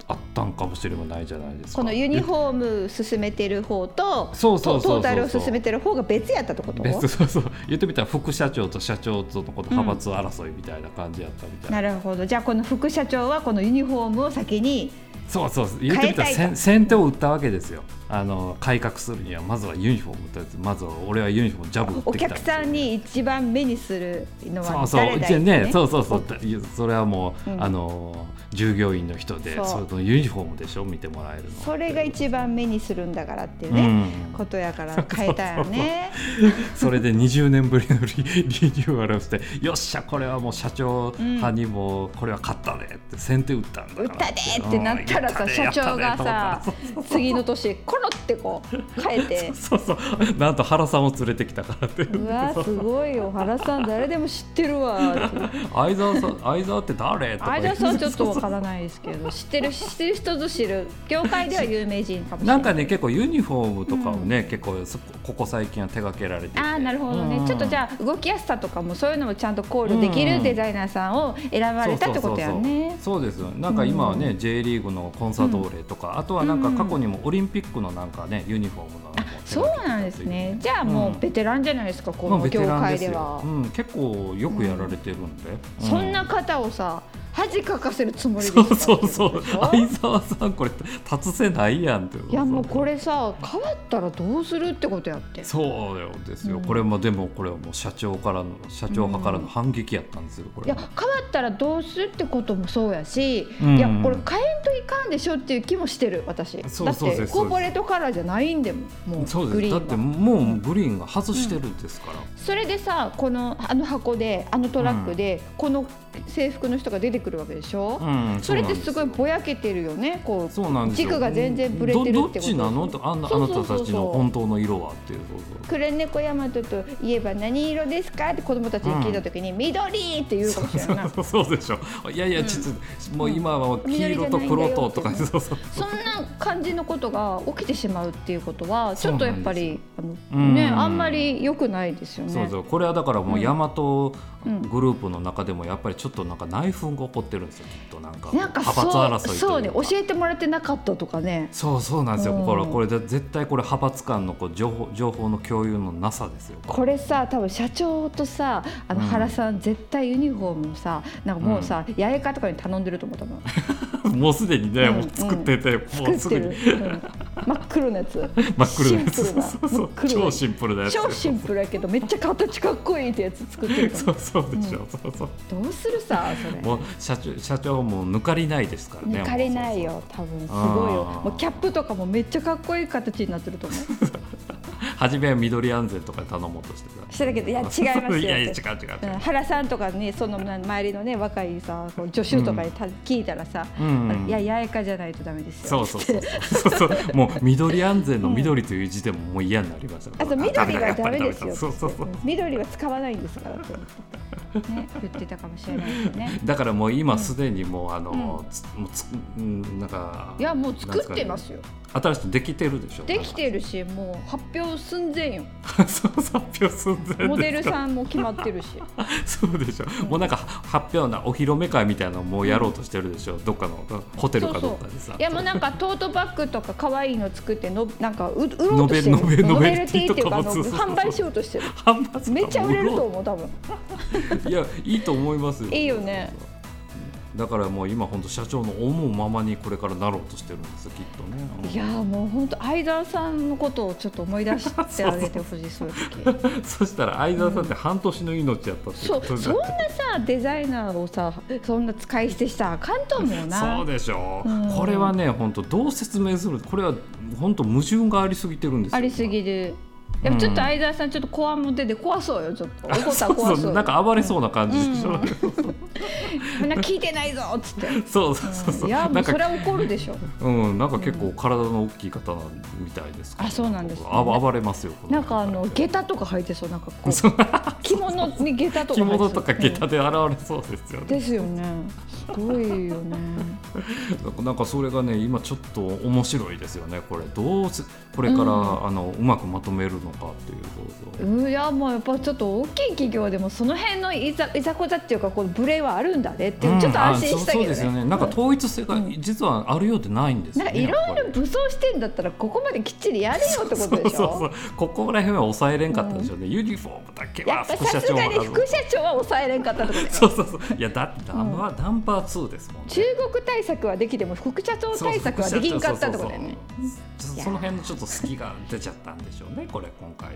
Speaker 2: あったんかもしれないじゃないですか
Speaker 1: このユニフォーム進めてる方と
Speaker 2: そうそうそ
Speaker 1: ト
Speaker 2: うそうそう
Speaker 1: ータルを進めてる方が別やったってこと
Speaker 2: ベストそうそう言ってみたら副社長と社長とのこの派閥争いみたいな感じやったみたいな、
Speaker 1: なるほどじゃあこの副社長はこのユニフォームを先に
Speaker 2: そうそう言ってみた
Speaker 1: 変え
Speaker 2: ら
Speaker 1: たい
Speaker 2: 先先手を打ったわけですよあの改革するにはまずはユニフォームとりあえずまずは俺はユニフォームジャブ打
Speaker 1: お
Speaker 2: ってきた
Speaker 1: 客さんに一番目にするの
Speaker 2: そ
Speaker 1: は
Speaker 2: うそう
Speaker 1: 誰だ
Speaker 2: じゃ
Speaker 1: いっ
Speaker 2: あ
Speaker 1: て
Speaker 2: ね
Speaker 1: ね
Speaker 2: そうそうそうだいやそれはもう、
Speaker 1: うん
Speaker 2: あの従業員の人で
Speaker 1: そう
Speaker 2: それのユニフォームでしょ見てもらえるの
Speaker 1: それが一番目にするんだからっていう
Speaker 2: う
Speaker 1: ね、
Speaker 2: ん
Speaker 1: ことやから変えたよね
Speaker 2: それで20年ぶりのリリニューアルをしてよっしゃこれはもう社長派にもこれは勝ったねって先手打ったんだから
Speaker 1: 売ったでーってなったらさ
Speaker 2: うん
Speaker 1: 社長がさ
Speaker 2: やったねやったねと思ったら
Speaker 1: 次の年コロってこう変えて
Speaker 2: そうそうそうなんと原さんを連れてきたからって
Speaker 1: うわすごいよ原さん誰でも知ってるわって
Speaker 2: 相沢さん 相沢って誰とか
Speaker 1: 相
Speaker 2: 言
Speaker 1: 田
Speaker 2: って
Speaker 1: さんちょっとわからないですけど知ってる知ってる人ぞ知る業界では有名人かもしれな
Speaker 2: ないんかね結構ユニフォームとかをね、結構そここ最近は手掛けられてて
Speaker 1: あーなるほどね、
Speaker 2: うん
Speaker 1: ちょっとじゃあ動きやすさとかもそういうのもちゃんと考慮できるデザイナーさんを選ばれたってことやね。
Speaker 2: そうですよなんか今はね、J リーグのコンサートーレとか、あとはなんか過去にもオリンピックのなんかねユニフォームの
Speaker 1: そうなんですねじゃあ
Speaker 2: う
Speaker 1: も
Speaker 2: ん
Speaker 1: うベテランじゃないですか、こ
Speaker 2: まあ
Speaker 1: の
Speaker 2: ベテ
Speaker 1: 業
Speaker 2: ラン
Speaker 1: 界
Speaker 2: す
Speaker 1: で
Speaker 2: よ
Speaker 1: は、
Speaker 2: うん、結構よくやられてるんで、う
Speaker 1: そんな方をさ恥かかせるつもりで
Speaker 2: そう
Speaker 1: した
Speaker 2: そうそう
Speaker 1: ってことでし
Speaker 2: 相沢さんこれ達せないやんって
Speaker 1: ょいやもうこれさ変わったらどうするってことやって
Speaker 2: そうよですよ、
Speaker 1: うん
Speaker 2: これもでもこれはもう社長からの社長派からの反撃やったんですよこ
Speaker 1: い
Speaker 2: れ
Speaker 1: や変わったらどうするってこともそうやし、
Speaker 2: うん
Speaker 1: いやこれ変えんといかんでしょっていう気もしてる私
Speaker 2: そうそうです
Speaker 1: だってコーポレートカラーじゃないんでももう
Speaker 2: そう
Speaker 1: グ
Speaker 2: で
Speaker 1: リ
Speaker 2: す
Speaker 1: ーンは
Speaker 2: だってもうグリーンが外してるんですから、
Speaker 1: それでさこのあの箱であのトラックで、この制服の人が出てくるわけでしょ、
Speaker 2: うん
Speaker 1: それってすごいぼ
Speaker 2: や
Speaker 1: やけてるよねこう
Speaker 2: そうなんですよ
Speaker 1: 軸が全然ブレてるってこと
Speaker 2: どどっちなのとあんなあ
Speaker 1: そう
Speaker 2: な
Speaker 1: そうそうそう
Speaker 2: たたちの本当の色はっていうそうそう
Speaker 1: クレネコヤマトといえば何色ですかって子供たちに聞いたときに、緑って言うかもしれないな
Speaker 2: そうそうでしょいやいやちょっと、もう今は黄色と黒ととか
Speaker 1: 緑じゃないんだよってね
Speaker 2: そうそう
Speaker 1: そんな感じのことが起きてしまうっていうことはちょっとやっぱりあ
Speaker 2: う
Speaker 1: の
Speaker 2: ん
Speaker 1: ねあんまり良くないですよね。
Speaker 2: そうそうこれはだからもうヤマト
Speaker 1: うん
Speaker 2: グループの中でもやっぱりちょっとなんか内紛が起こってるんですよきっとなんか
Speaker 1: なんか
Speaker 2: 派閥争
Speaker 1: そ
Speaker 2: い
Speaker 1: う
Speaker 2: という
Speaker 1: そうね
Speaker 2: か
Speaker 1: 教えてもらってなかったとかね。
Speaker 2: そうそうなんですよ、
Speaker 1: うん
Speaker 2: これこれで絶対これ派閥間のこう情報情報の共有のなさ ですよ。
Speaker 1: これさ多分社長とさあの
Speaker 2: うん
Speaker 1: 原さん、絶対ユニフォームをさなんかもうさ、八重かとかに頼んでると思ったの
Speaker 2: もうすでにね、
Speaker 1: うん
Speaker 2: もう作ってて、もうす
Speaker 1: 作っ
Speaker 2: ぐ
Speaker 1: て
Speaker 2: に
Speaker 1: る、うん真っ黒なやつ
Speaker 2: 真っ黒なやつ、
Speaker 1: シンプルな
Speaker 2: そうそ
Speaker 1: 真
Speaker 2: う
Speaker 1: っ黒い
Speaker 2: 超シンプルなやつ。
Speaker 1: 超シンプルやけどめっちゃ形かっこいいってやつ作ってると
Speaker 2: そ
Speaker 1: 思
Speaker 2: うそうでしょ、そうそう
Speaker 1: うどうするさそれ
Speaker 2: もう社長社長もう抜かりないですからね。
Speaker 1: 抜かれないよ多分すごいよ
Speaker 2: あー
Speaker 1: もうキャップとかもめっちゃかっこいい形になってると思う
Speaker 2: もう。初めは緑安全とか頼もうとしてた。
Speaker 1: してたけどいや違いますよって
Speaker 2: いやいや違う違う
Speaker 1: う
Speaker 2: 違
Speaker 1: ん
Speaker 2: う。
Speaker 1: 原さんとかねそのな周りのね若いさこう助手とかにた、聞いたらさ、
Speaker 2: うん
Speaker 1: いや八重かじゃないとダメですよ
Speaker 2: そうそうそうそうそうそうもう緑安全の緑という字でももう嫌になりまし た。
Speaker 1: あと緑はダメですよ。
Speaker 2: そうそうそう。
Speaker 1: 緑は使わないんですからって。ね、言ってたかもしれないです ね。
Speaker 2: だからもう今すでにもうあの、つもうつうんなんか
Speaker 1: いやもう作ってます
Speaker 2: よ
Speaker 1: よ。
Speaker 2: 新しくできてるでしょ
Speaker 1: できてるし、もう発表寸前よ。
Speaker 2: なんか そう発表寸前ですか
Speaker 1: モデルさんも決まって るし。
Speaker 2: そうでしょ、もうなんか発表なお披露目会みたいなのもうやろうとしてるでしょ、どっかのホテルかどっかでさ
Speaker 1: いやもうなんかトートバッグとか可愛いの作ってのなんか売売ろうとしてる。
Speaker 2: ノベノベ
Speaker 1: ノ
Speaker 2: ノベ
Speaker 1: ベ
Speaker 2: ル
Speaker 1: ル
Speaker 2: テ
Speaker 1: テ
Speaker 2: ィ
Speaker 1: ィー
Speaker 2: と
Speaker 1: っていう
Speaker 2: か
Speaker 1: かあ
Speaker 2: も
Speaker 1: の
Speaker 2: そうそうそう
Speaker 1: 販売しようとしてる。
Speaker 2: 販売
Speaker 1: めっちゃ売れると
Speaker 2: う
Speaker 1: 思う多分。
Speaker 2: いやいいと思いますよ
Speaker 1: いいよね
Speaker 2: そうそうそうだからもう今本当社長の思うままにこれからなろうとしてるんですよきっとねうん
Speaker 1: いやもう本当相沢さんのことをちょっと思い出してあげてほしいそういう時。
Speaker 2: そしたら相沢さんって半年の命やったっていう
Speaker 1: そ
Speaker 2: こ
Speaker 1: う
Speaker 2: と
Speaker 1: そ
Speaker 2: に
Speaker 1: ん
Speaker 2: な
Speaker 1: な
Speaker 2: る
Speaker 1: さデザイナーをさそんな使い捨てしたらあかんと思うな
Speaker 2: そうでしょう、
Speaker 1: うん
Speaker 2: これはね本当どう説明するこれは本当矛盾がありすぎてるんですよ
Speaker 1: ありすぎるでもちょっと相沢さんちょっと怖も出て怖そうよちょっと怒ったら怖そう
Speaker 2: そうそうなんか暴れそうな感じでしょ、
Speaker 1: うんみんな聞いてないぞっつって、
Speaker 2: そうそう そうそう
Speaker 1: いやも
Speaker 2: な
Speaker 1: うん
Speaker 2: か
Speaker 1: それは怒るでしょ
Speaker 2: うん、なんか結構体の大きい方なんみたいですけど
Speaker 1: あそうなんですね
Speaker 2: あ暴れますよこ
Speaker 1: なんかあの下
Speaker 2: ゲ
Speaker 1: 駄とか履いてそうなんかこ
Speaker 2: そう
Speaker 1: う着物に下駄とか履
Speaker 2: 着
Speaker 1: いてそ
Speaker 2: 物
Speaker 1: う
Speaker 2: とか下駄で現れそうですよ
Speaker 1: うん
Speaker 2: ね、
Speaker 1: ですよねすごいよね
Speaker 2: なんかそれがね今ちょっと面白いですよねこれどうすこれから、
Speaker 1: うん
Speaker 2: あのうまくまとめるのかっていうそうそう
Speaker 1: うんいやもうやっぱちょっと大きい企業でもその辺のいざいざこざっていうかこうブレはあるんだねっていうちょっと安心したけどね、
Speaker 2: うんあそうそうですよねなんか統一性が
Speaker 1: うん
Speaker 2: 実はあるようでないんです
Speaker 1: な
Speaker 2: よ
Speaker 1: んか
Speaker 2: ね
Speaker 1: いろい
Speaker 2: やっ
Speaker 1: ろ
Speaker 2: ぱり
Speaker 1: 武装してんだったらここまできっちりやれよってことでしょ
Speaker 2: そうそうそうここら辺は抑えれんかったんでしょうね、ユニフォームだけ
Speaker 1: や
Speaker 2: は
Speaker 1: っぱ
Speaker 2: 副
Speaker 1: さ
Speaker 2: 社
Speaker 1: す
Speaker 2: 長
Speaker 1: が
Speaker 2: は
Speaker 1: に副社長は抑えれんかったところで
Speaker 2: そうそうそういやだダンバー、ダンバー2ですもんね
Speaker 1: 中国対策はできても副社長対策はできんかったってことだよね
Speaker 2: そうそうそうそうそその辺のちょっと隙が出ちゃったんでしょうねこれ今回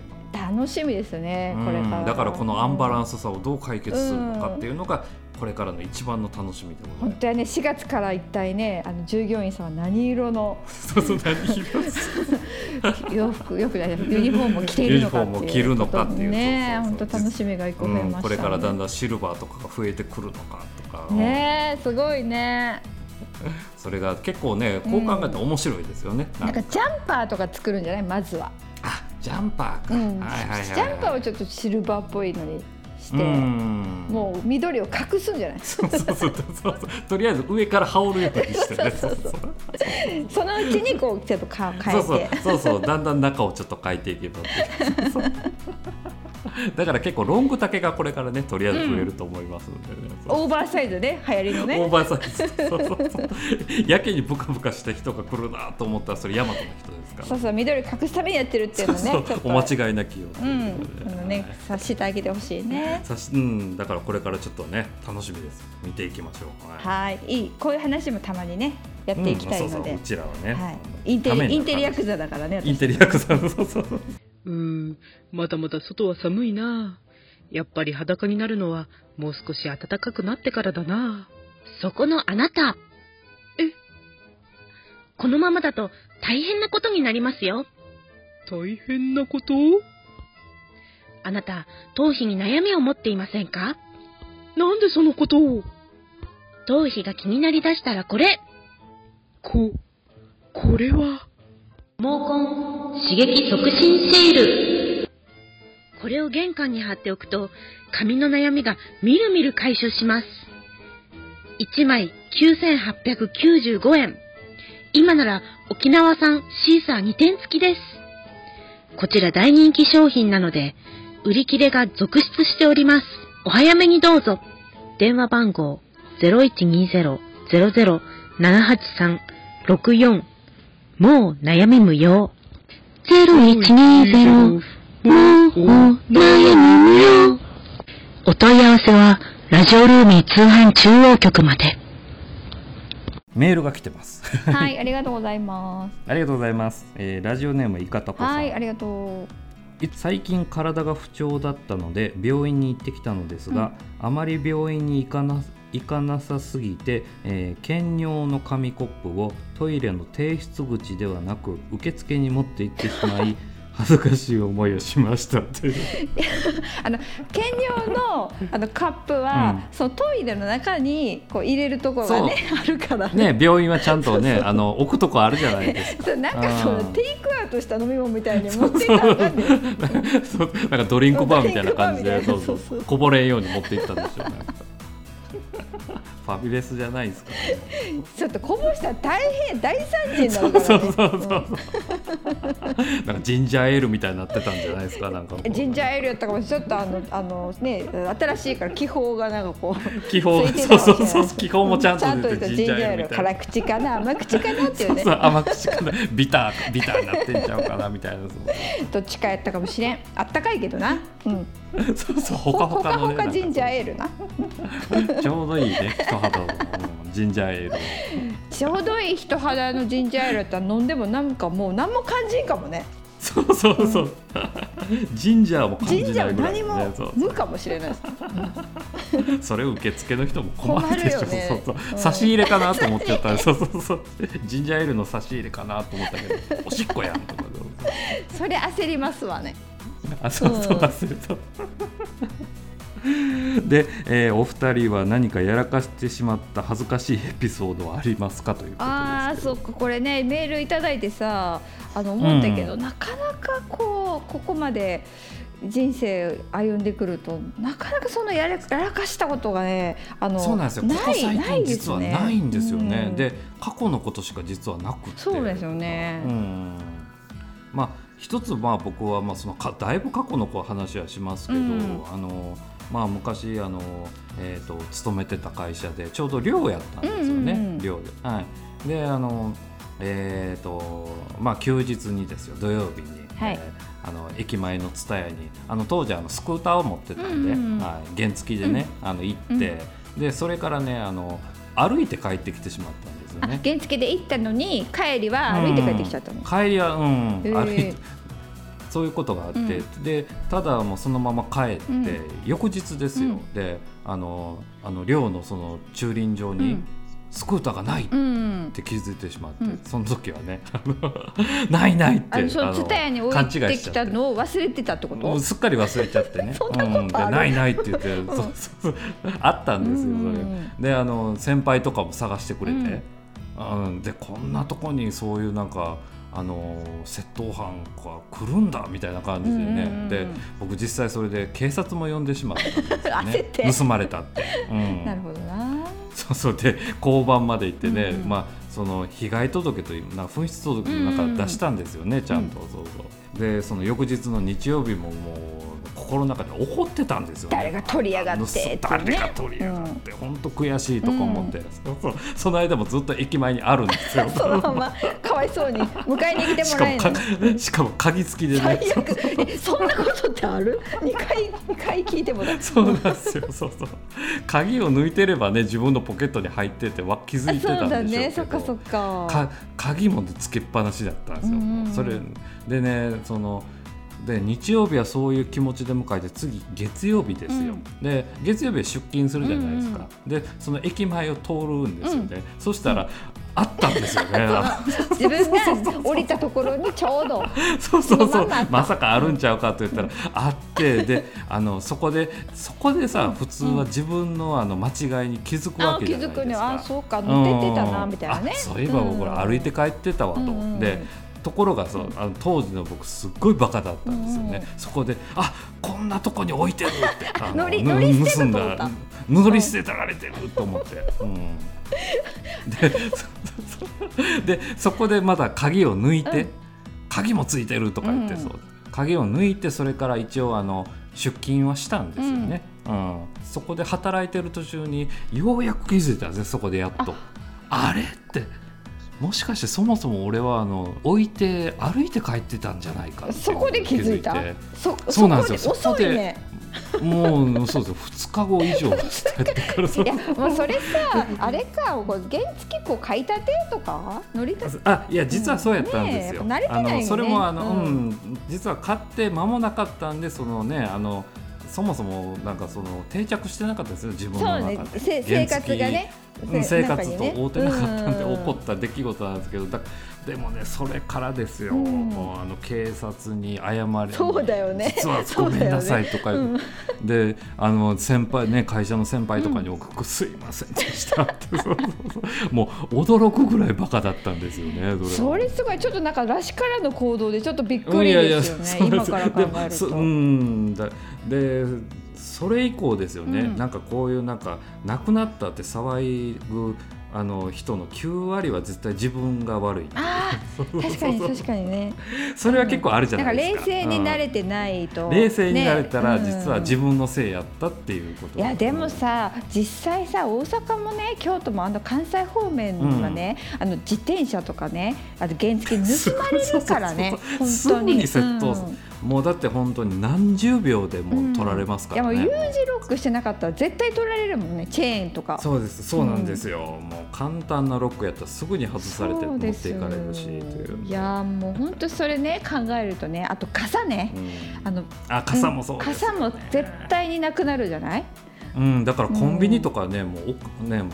Speaker 2: の。
Speaker 1: 楽しみですねこれか
Speaker 2: う
Speaker 1: ら
Speaker 2: んだからこのアンバランスさをどう解決するのかっていうのがこれからの一番の楽しみでござい
Speaker 1: 本
Speaker 2: ま
Speaker 1: 当はね4月から一体ねあの従業員さんは何色の
Speaker 2: す。そうそう何言います
Speaker 1: 洋服 よくないユニフォームを着ているのかっていう
Speaker 2: ユニフォームを着るのかっていう
Speaker 1: ね
Speaker 2: そう
Speaker 1: 本
Speaker 2: そ
Speaker 1: 当
Speaker 2: うそう
Speaker 1: 楽しみが一個増えました、
Speaker 2: う
Speaker 1: ね
Speaker 2: んこれからだんだんシルバーとかが増えてくるのかとか、
Speaker 1: ねえすごいね
Speaker 2: うんそれが結構ねこう考えたら面白いですよね。
Speaker 1: なん
Speaker 2: なん
Speaker 1: か
Speaker 2: か
Speaker 1: ジャンパーとか作るんじゃないまずは、
Speaker 2: あジャンパーか、
Speaker 1: うん
Speaker 2: はいはいはいはい
Speaker 1: ジャンパーをちょっとシルバーっぽいのにして、
Speaker 2: うん
Speaker 1: もう緑を隠すん じゃない
Speaker 2: そうそうそうそうそうとりあえず上から羽織るようにして ね。そうそうそう
Speaker 1: そのうちにこうちょっとか変
Speaker 2: そ
Speaker 1: え
Speaker 2: う
Speaker 1: て
Speaker 2: そうそうそうだんだん中をちょっと変えていけばっていうそうだから結構ロング丈がこれからねとりあえず増えると思いますのでね、そう
Speaker 1: オーバーサイズね流行りの
Speaker 2: オ
Speaker 1: ね
Speaker 2: ーバーサイズそうそうそうやけにブカブカした人が来るなと思ったらそれヤマトの人ですから
Speaker 1: そうそう緑隠すためにやってるっていうのね
Speaker 2: そう
Speaker 1: ちょっと
Speaker 2: お間違いなきようと
Speaker 1: う
Speaker 2: い
Speaker 1: ん
Speaker 2: うこと
Speaker 1: あ
Speaker 2: で、
Speaker 1: の
Speaker 2: は
Speaker 1: ね
Speaker 2: い
Speaker 1: 察してあげてほしいね
Speaker 2: さしうん、だからこれからちょっとね楽しみです見ていきましょうはい
Speaker 1: はいいいこういう話もたまにねやっていきたいので、
Speaker 2: うんそうそううちらはね、
Speaker 1: はい、インテ
Speaker 2: ため
Speaker 1: リイ
Speaker 2: にな
Speaker 1: ンテ
Speaker 2: る
Speaker 1: リ
Speaker 2: 話
Speaker 1: ヤクザだからね
Speaker 2: インテリアクさんそうそうそう
Speaker 3: うーん、まだまだ外は寒いなあ。やっぱり裸になるのはもう少し暖かくなってからだなあ。
Speaker 4: そこのあなた。
Speaker 3: え
Speaker 4: このままだと大変なことになりますよ。
Speaker 3: 大変なこと
Speaker 4: あなた、頭皮に悩みを持っていませんか
Speaker 3: なんでそのことを
Speaker 4: 頭皮が気になりだしたらこれ
Speaker 3: こ、これは。
Speaker 4: 毛根刺激促進シールこれを玄関に貼っておくと髪の悩みがみるみる解消します1枚9895円今なら沖縄産シーサー2点付きですこちら大人気商品なので売り切れが続出しておりますお早めにどうぞ電話番号0120-00-783-64もう悩み無用。0120、もう悩み無用。お問い合わせは、ラジオルーミー通販中央局まで。
Speaker 2: メールが来てます
Speaker 1: はいありがとうございます
Speaker 2: ありがとうございます、えー、ラジオネームいかたこさん、
Speaker 1: はいありがとう
Speaker 2: 最近体が不調だったので病院に行ってきたのですが、あまり病院に行かな行かなさすぎて、えー兼用の紙コップをトイレの提出口ではなく受付に持って行ってし まい恥ずかしい思いをしましたという
Speaker 1: あの兼用のあのカップは、そのトイレの中にこう入れるところがねあるからね
Speaker 2: ね病院はちゃんとねあの置くとこあるじゃないですか
Speaker 1: そうなんかその
Speaker 2: うん
Speaker 1: テイクアウトした飲み物みたいに持っていったらあかんねん
Speaker 2: そうなんかドリンクバーみたいな感じ
Speaker 1: ドリ
Speaker 2: で
Speaker 1: ンクバー
Speaker 2: そ
Speaker 1: みたいな
Speaker 2: うそう
Speaker 1: そうそう
Speaker 2: こぼれんように持って行ったんでしょうねファビュレスじゃないですか
Speaker 1: ちょっとこぼしたら大変大惨事になるから、ね、
Speaker 2: そうそうそうそう。なんかジンジャーエールみたいになってたんじゃないですか、なんかこう。
Speaker 1: ジンジャーエールやったかもしれないちょっとあのあのね新しいから気泡がなんかこう
Speaker 2: 気泡、
Speaker 1: ついてる
Speaker 2: そ
Speaker 1: か
Speaker 2: う
Speaker 1: もしれ
Speaker 2: そ
Speaker 1: ないう
Speaker 2: そう、気泡もちゃん
Speaker 1: ちゃん
Speaker 2: と
Speaker 1: と言っ
Speaker 2: 出
Speaker 1: た
Speaker 2: て
Speaker 1: ジ
Speaker 2: ジ
Speaker 1: ン
Speaker 2: ン
Speaker 1: ジ
Speaker 2: ジ
Speaker 1: ャーエ
Speaker 2: ャーエ
Speaker 1: ー
Speaker 2: ール
Speaker 1: ル
Speaker 2: みたい
Speaker 1: 辛
Speaker 2: な。
Speaker 1: 口かな甘口かなっていう
Speaker 2: そう
Speaker 1: ね
Speaker 2: そう甘口かなビタービターになってんちゃうかなみたいなそ
Speaker 1: どっちかやったかもしれんあったかいけどな、うん、
Speaker 2: うそうそうほ
Speaker 1: ほか
Speaker 2: かほ
Speaker 1: ほ
Speaker 2: か
Speaker 1: か
Speaker 2: の
Speaker 1: ほ
Speaker 2: ねな
Speaker 1: か
Speaker 2: んか
Speaker 1: ジンジャーエールな
Speaker 2: ちょうどいいね人肌の、うんジンジャーエール
Speaker 1: ちょうどいい人肌のジンジャーエールやったら飲んでもなんかもう何も感じんかもね
Speaker 2: そうそうそう、ジンジャーも感
Speaker 1: ジン
Speaker 2: じ
Speaker 1: ジャ
Speaker 2: な
Speaker 1: ー
Speaker 2: い
Speaker 1: も
Speaker 2: ぐら
Speaker 1: 何
Speaker 2: い、ね、
Speaker 1: も
Speaker 2: そう
Speaker 1: 無かもしれないです
Speaker 2: それを受付の人も困るでしょ、
Speaker 1: 困るよね
Speaker 2: そうそう
Speaker 1: うん
Speaker 2: 差し入れかなと思っちゃった、そうそうそうジンジャーエールの差し入れかなと思ったけどおしっこやんとか
Speaker 1: それ焦りますわね
Speaker 2: あそうそう
Speaker 1: うん
Speaker 2: 忘れた、で、えーお二人は何かやらかしてしまった恥ずかしいエピソードはありますかということ
Speaker 1: あー
Speaker 2: ですけど
Speaker 1: そっかこれねメールいただいてさあの思ったけど、
Speaker 2: う
Speaker 1: なかなかこうここまで人生歩んでくるとなかなかそのやれやらかしたことがねあの
Speaker 2: そうなんですよここ
Speaker 1: い
Speaker 2: 最
Speaker 1: ない
Speaker 2: 近
Speaker 1: ですね
Speaker 2: 実はないんですよね
Speaker 1: うん
Speaker 2: で過去のことしか実はなくて
Speaker 1: そうですよね
Speaker 2: うんまあ一つまあ僕はまあそのかだいぶ過去のこう話はしますけど、
Speaker 1: うん
Speaker 2: あのまあ昔あのえっ、と勤めてた会社でちょうど寮やったんです
Speaker 1: う
Speaker 2: よね、
Speaker 1: んうんうん
Speaker 2: 寮ではいであのえっ、とまあ休日にですよ土曜日に
Speaker 1: はい
Speaker 2: えーあの駅前の蔦屋にあの当時あのスクーターを持ってたんで、
Speaker 1: うんうんうん
Speaker 2: はい、原付でね、あの行って、でそれからねあの歩いて帰ってきてしまったんですよ
Speaker 1: あ
Speaker 2: ね。
Speaker 1: 原付で行ったのに帰りは歩いて帰ってきちゃったの、
Speaker 2: うん帰りはう
Speaker 1: へ
Speaker 2: ん
Speaker 1: え
Speaker 2: 歩いてそういうことがあって、
Speaker 1: う
Speaker 2: でただもうそのまま帰って、
Speaker 1: うん
Speaker 2: 翌日ですよ、
Speaker 1: うん
Speaker 2: であのあの寮のその駐輪場
Speaker 1: う
Speaker 2: に
Speaker 1: ん
Speaker 2: スクーターがないっ
Speaker 1: うん
Speaker 2: て気づいてしまって、
Speaker 1: うん
Speaker 2: その時はね あのないないって
Speaker 1: あのその
Speaker 2: あの
Speaker 1: 蔦屋に置いてきたのを忘れてたってこ
Speaker 2: もう
Speaker 1: と
Speaker 2: すっかり忘れちゃって ね
Speaker 1: そんなことある
Speaker 2: うんでないないって言って、そうそうそうあったんですよそれ、
Speaker 1: うんうんうん
Speaker 2: であの先輩とかも探してくれて、
Speaker 1: うん
Speaker 2: うんでこんなとこにそういうなんかあの窃盗犯が来るんだみたいな感じでね、
Speaker 1: うんうんうん
Speaker 2: で僕実際それで警察も呼んでしまったんですよ
Speaker 1: 焦って
Speaker 2: ね盗まれたって、う ん
Speaker 1: なるほどな
Speaker 2: そう そうで交番まで行ってね、
Speaker 1: うんうん
Speaker 2: まあ、その被害届というな紛失届の中出したんですよね、ちゃんと、そうそうでその翌日の日曜日ももう心の中で怒ってたんですよね
Speaker 1: 誰が取りやがってっていうね
Speaker 2: あの誰が取りやがって本当、悔しいとか思って、そうそう その間もずっと駅前にあるんですよ
Speaker 1: そのままかわいそうに迎えに来て
Speaker 2: し
Speaker 1: も
Speaker 2: から
Speaker 1: え
Speaker 2: も
Speaker 1: ない
Speaker 2: かしかも鍵付きでね
Speaker 1: 最悪えそんなことってある二回二回聞いてもだ
Speaker 2: そうなんですよそうそう鍵を抜いてればね自分のポケットに入っててわ気づいて
Speaker 1: あそ
Speaker 2: た
Speaker 1: うだ
Speaker 2: んでしょうけど
Speaker 1: ねそっかそっか
Speaker 2: か鍵もつけっぱなしだったんですよ、
Speaker 1: うんうんうん
Speaker 2: それでねそので日曜日はそういう気持ちで迎えて次月曜日ですよ、で月曜日は出勤するじゃないですか、でその駅前を通るんですよね、そしたら、あったんですよね
Speaker 1: 自分が降りたところにちょ うど
Speaker 2: そうそう
Speaker 1: そ
Speaker 2: そ
Speaker 1: のま
Speaker 2: うん
Speaker 1: まあった
Speaker 2: まさかあるんちゃうかと言ったらあってであのそこでそこでさ普通は自分のあの間違いに気づくわ
Speaker 1: あ
Speaker 2: け
Speaker 1: 気
Speaker 2: じゃない
Speaker 1: づ
Speaker 2: ですか。
Speaker 1: くねあそうか乗ってってたなみたいなね
Speaker 2: あそういえば僕ら歩いて帰ってたわと、
Speaker 1: うん
Speaker 2: でところがそうあの当時の僕すっごいバカだったんですよね、
Speaker 1: うん
Speaker 2: そこであこんなとこに置いてるって あ
Speaker 1: 乗り
Speaker 2: ぬ
Speaker 1: 乗り捨
Speaker 2: 盗
Speaker 1: て
Speaker 2: ん
Speaker 1: たと思った
Speaker 2: だ乗り捨てたられてると思って、うん、でそでそこでまだ鍵を抜いて、
Speaker 1: うん
Speaker 2: 鍵もついてるとか言って
Speaker 1: うん
Speaker 2: そう、鍵を抜いてそれから一応あの出勤はしたんですよね、うんそこで働いてる途中にようやく気づいたんですねそこでやっとあれってもしかしてそもそも俺はあの置いて歩いて帰ってたんじゃないかっていう
Speaker 1: そこで気づいた
Speaker 2: て
Speaker 1: そ
Speaker 2: そうなんですよ
Speaker 1: そこで遅いね
Speaker 2: もうそうです2日後以 上経ってからそ
Speaker 1: いやもうそれさあれかこう原付こう買い立てとか乗りたて
Speaker 2: あいや実はそうやったんですよ。
Speaker 1: ねえやっぱ慣れてないよね
Speaker 2: あのそれもあの、
Speaker 1: う
Speaker 2: うんん実は買って間もなかったんでそのねあのそもそもなんかその定着してなかったんですよ自分
Speaker 1: そ
Speaker 2: の
Speaker 1: う
Speaker 2: 中
Speaker 1: ね
Speaker 2: で、
Speaker 1: せ生活がね
Speaker 2: う
Speaker 1: せ
Speaker 2: ん生活と
Speaker 1: 中にね
Speaker 2: 合うてなかったんで
Speaker 1: う
Speaker 2: 起こった出来事なんですけどだでもねそれからですよ、
Speaker 1: うん
Speaker 2: もうあの警察に謝れ
Speaker 1: そうだよね
Speaker 2: 実は
Speaker 1: そう
Speaker 2: ご
Speaker 1: だよね
Speaker 2: めんなさいとか、
Speaker 1: うん
Speaker 2: であの先輩ね会社の先輩とかに送る、すいませんでしたってそうそうそうもう驚くぐらいバカだったんですよねは
Speaker 1: それすごいちょっとなんからしからの行動でちょっとびっ
Speaker 2: う
Speaker 1: く
Speaker 2: ん
Speaker 1: り
Speaker 2: いやいや
Speaker 1: ですよね
Speaker 2: そう
Speaker 1: 今から考
Speaker 2: で
Speaker 1: える
Speaker 2: そ
Speaker 1: と、
Speaker 2: うんだでそれ以降ですよね、
Speaker 1: うん
Speaker 2: なんかこういうなんか亡くなったって騒ぐあの人の9割は絶対自分が 悪い
Speaker 1: あー確かに確かにね
Speaker 2: それは結構あるじゃ
Speaker 1: だ
Speaker 2: な
Speaker 1: から
Speaker 2: いで
Speaker 1: 冷
Speaker 2: すか,、
Speaker 1: 静にな
Speaker 2: うん
Speaker 1: れてないと、
Speaker 2: 冷静になれたら
Speaker 1: ね
Speaker 2: 実は自分のせいやったっていうこと
Speaker 1: いやでもさ実際さ大阪もね京都もあの関西方面はね、あの自転車とかねあと原付盗まれるからね
Speaker 2: そう
Speaker 1: 本
Speaker 2: そうそう
Speaker 1: 当に
Speaker 2: すぐに窃盗
Speaker 1: うん
Speaker 2: もうだって本当に何十秒で
Speaker 1: う
Speaker 2: も
Speaker 1: ん
Speaker 2: う取られますから
Speaker 1: い
Speaker 2: ね、
Speaker 1: やもう U 字ロックしてなかったら絶対取られるもんねチェーンとか
Speaker 2: そうですそうなんですよ、もう簡単なロックやったらすぐに外されて
Speaker 1: そう
Speaker 2: 持っ
Speaker 1: で
Speaker 2: て
Speaker 1: す
Speaker 2: い
Speaker 1: よ
Speaker 2: かれるしという
Speaker 1: いやーもう本当それね考えるとねあと傘ね
Speaker 2: う、ん
Speaker 1: あの
Speaker 2: あ傘もそうです、
Speaker 1: 傘も絶対になくなるじゃない
Speaker 2: うん、だからコンビニとかね、もう奥ねもう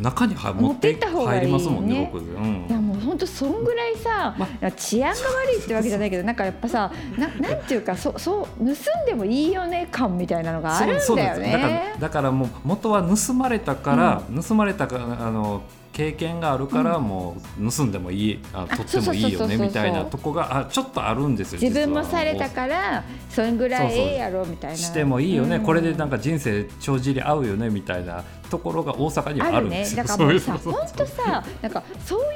Speaker 2: 中には持って
Speaker 1: 持ってった方がいい
Speaker 2: 入
Speaker 1: ね
Speaker 2: りますもんね僕うん
Speaker 1: いやもう本当そんぐらいさ、
Speaker 2: ま
Speaker 1: いや治安が悪いってわけじゃないけどなんかやっぱさななんていうかそそう盗んでもいいよね感みたいなのがあるんだよ
Speaker 2: そうそうなんです
Speaker 1: ね
Speaker 2: だからだからもう元は盗まれたから、盗まれたからあの経験があるから、もう盗んでもいいあ
Speaker 1: あ
Speaker 2: 取ってもいい
Speaker 1: そうそうそ
Speaker 2: よ
Speaker 1: うそう
Speaker 2: ね
Speaker 1: そう
Speaker 2: みたいなとこがあちょっとあるんですよ
Speaker 1: 自分も
Speaker 2: 実は
Speaker 1: されたからそんぐらいええやろみたいな
Speaker 2: してもいいよね、
Speaker 1: うん
Speaker 2: これでなんか人生帳尻合うよねみたいなところが大阪には
Speaker 1: あ
Speaker 2: ある
Speaker 1: る
Speaker 2: んで
Speaker 1: ね
Speaker 2: すよ。
Speaker 1: だからもう
Speaker 2: そ
Speaker 1: さ
Speaker 2: うそうそう
Speaker 1: 本当さなんかそういう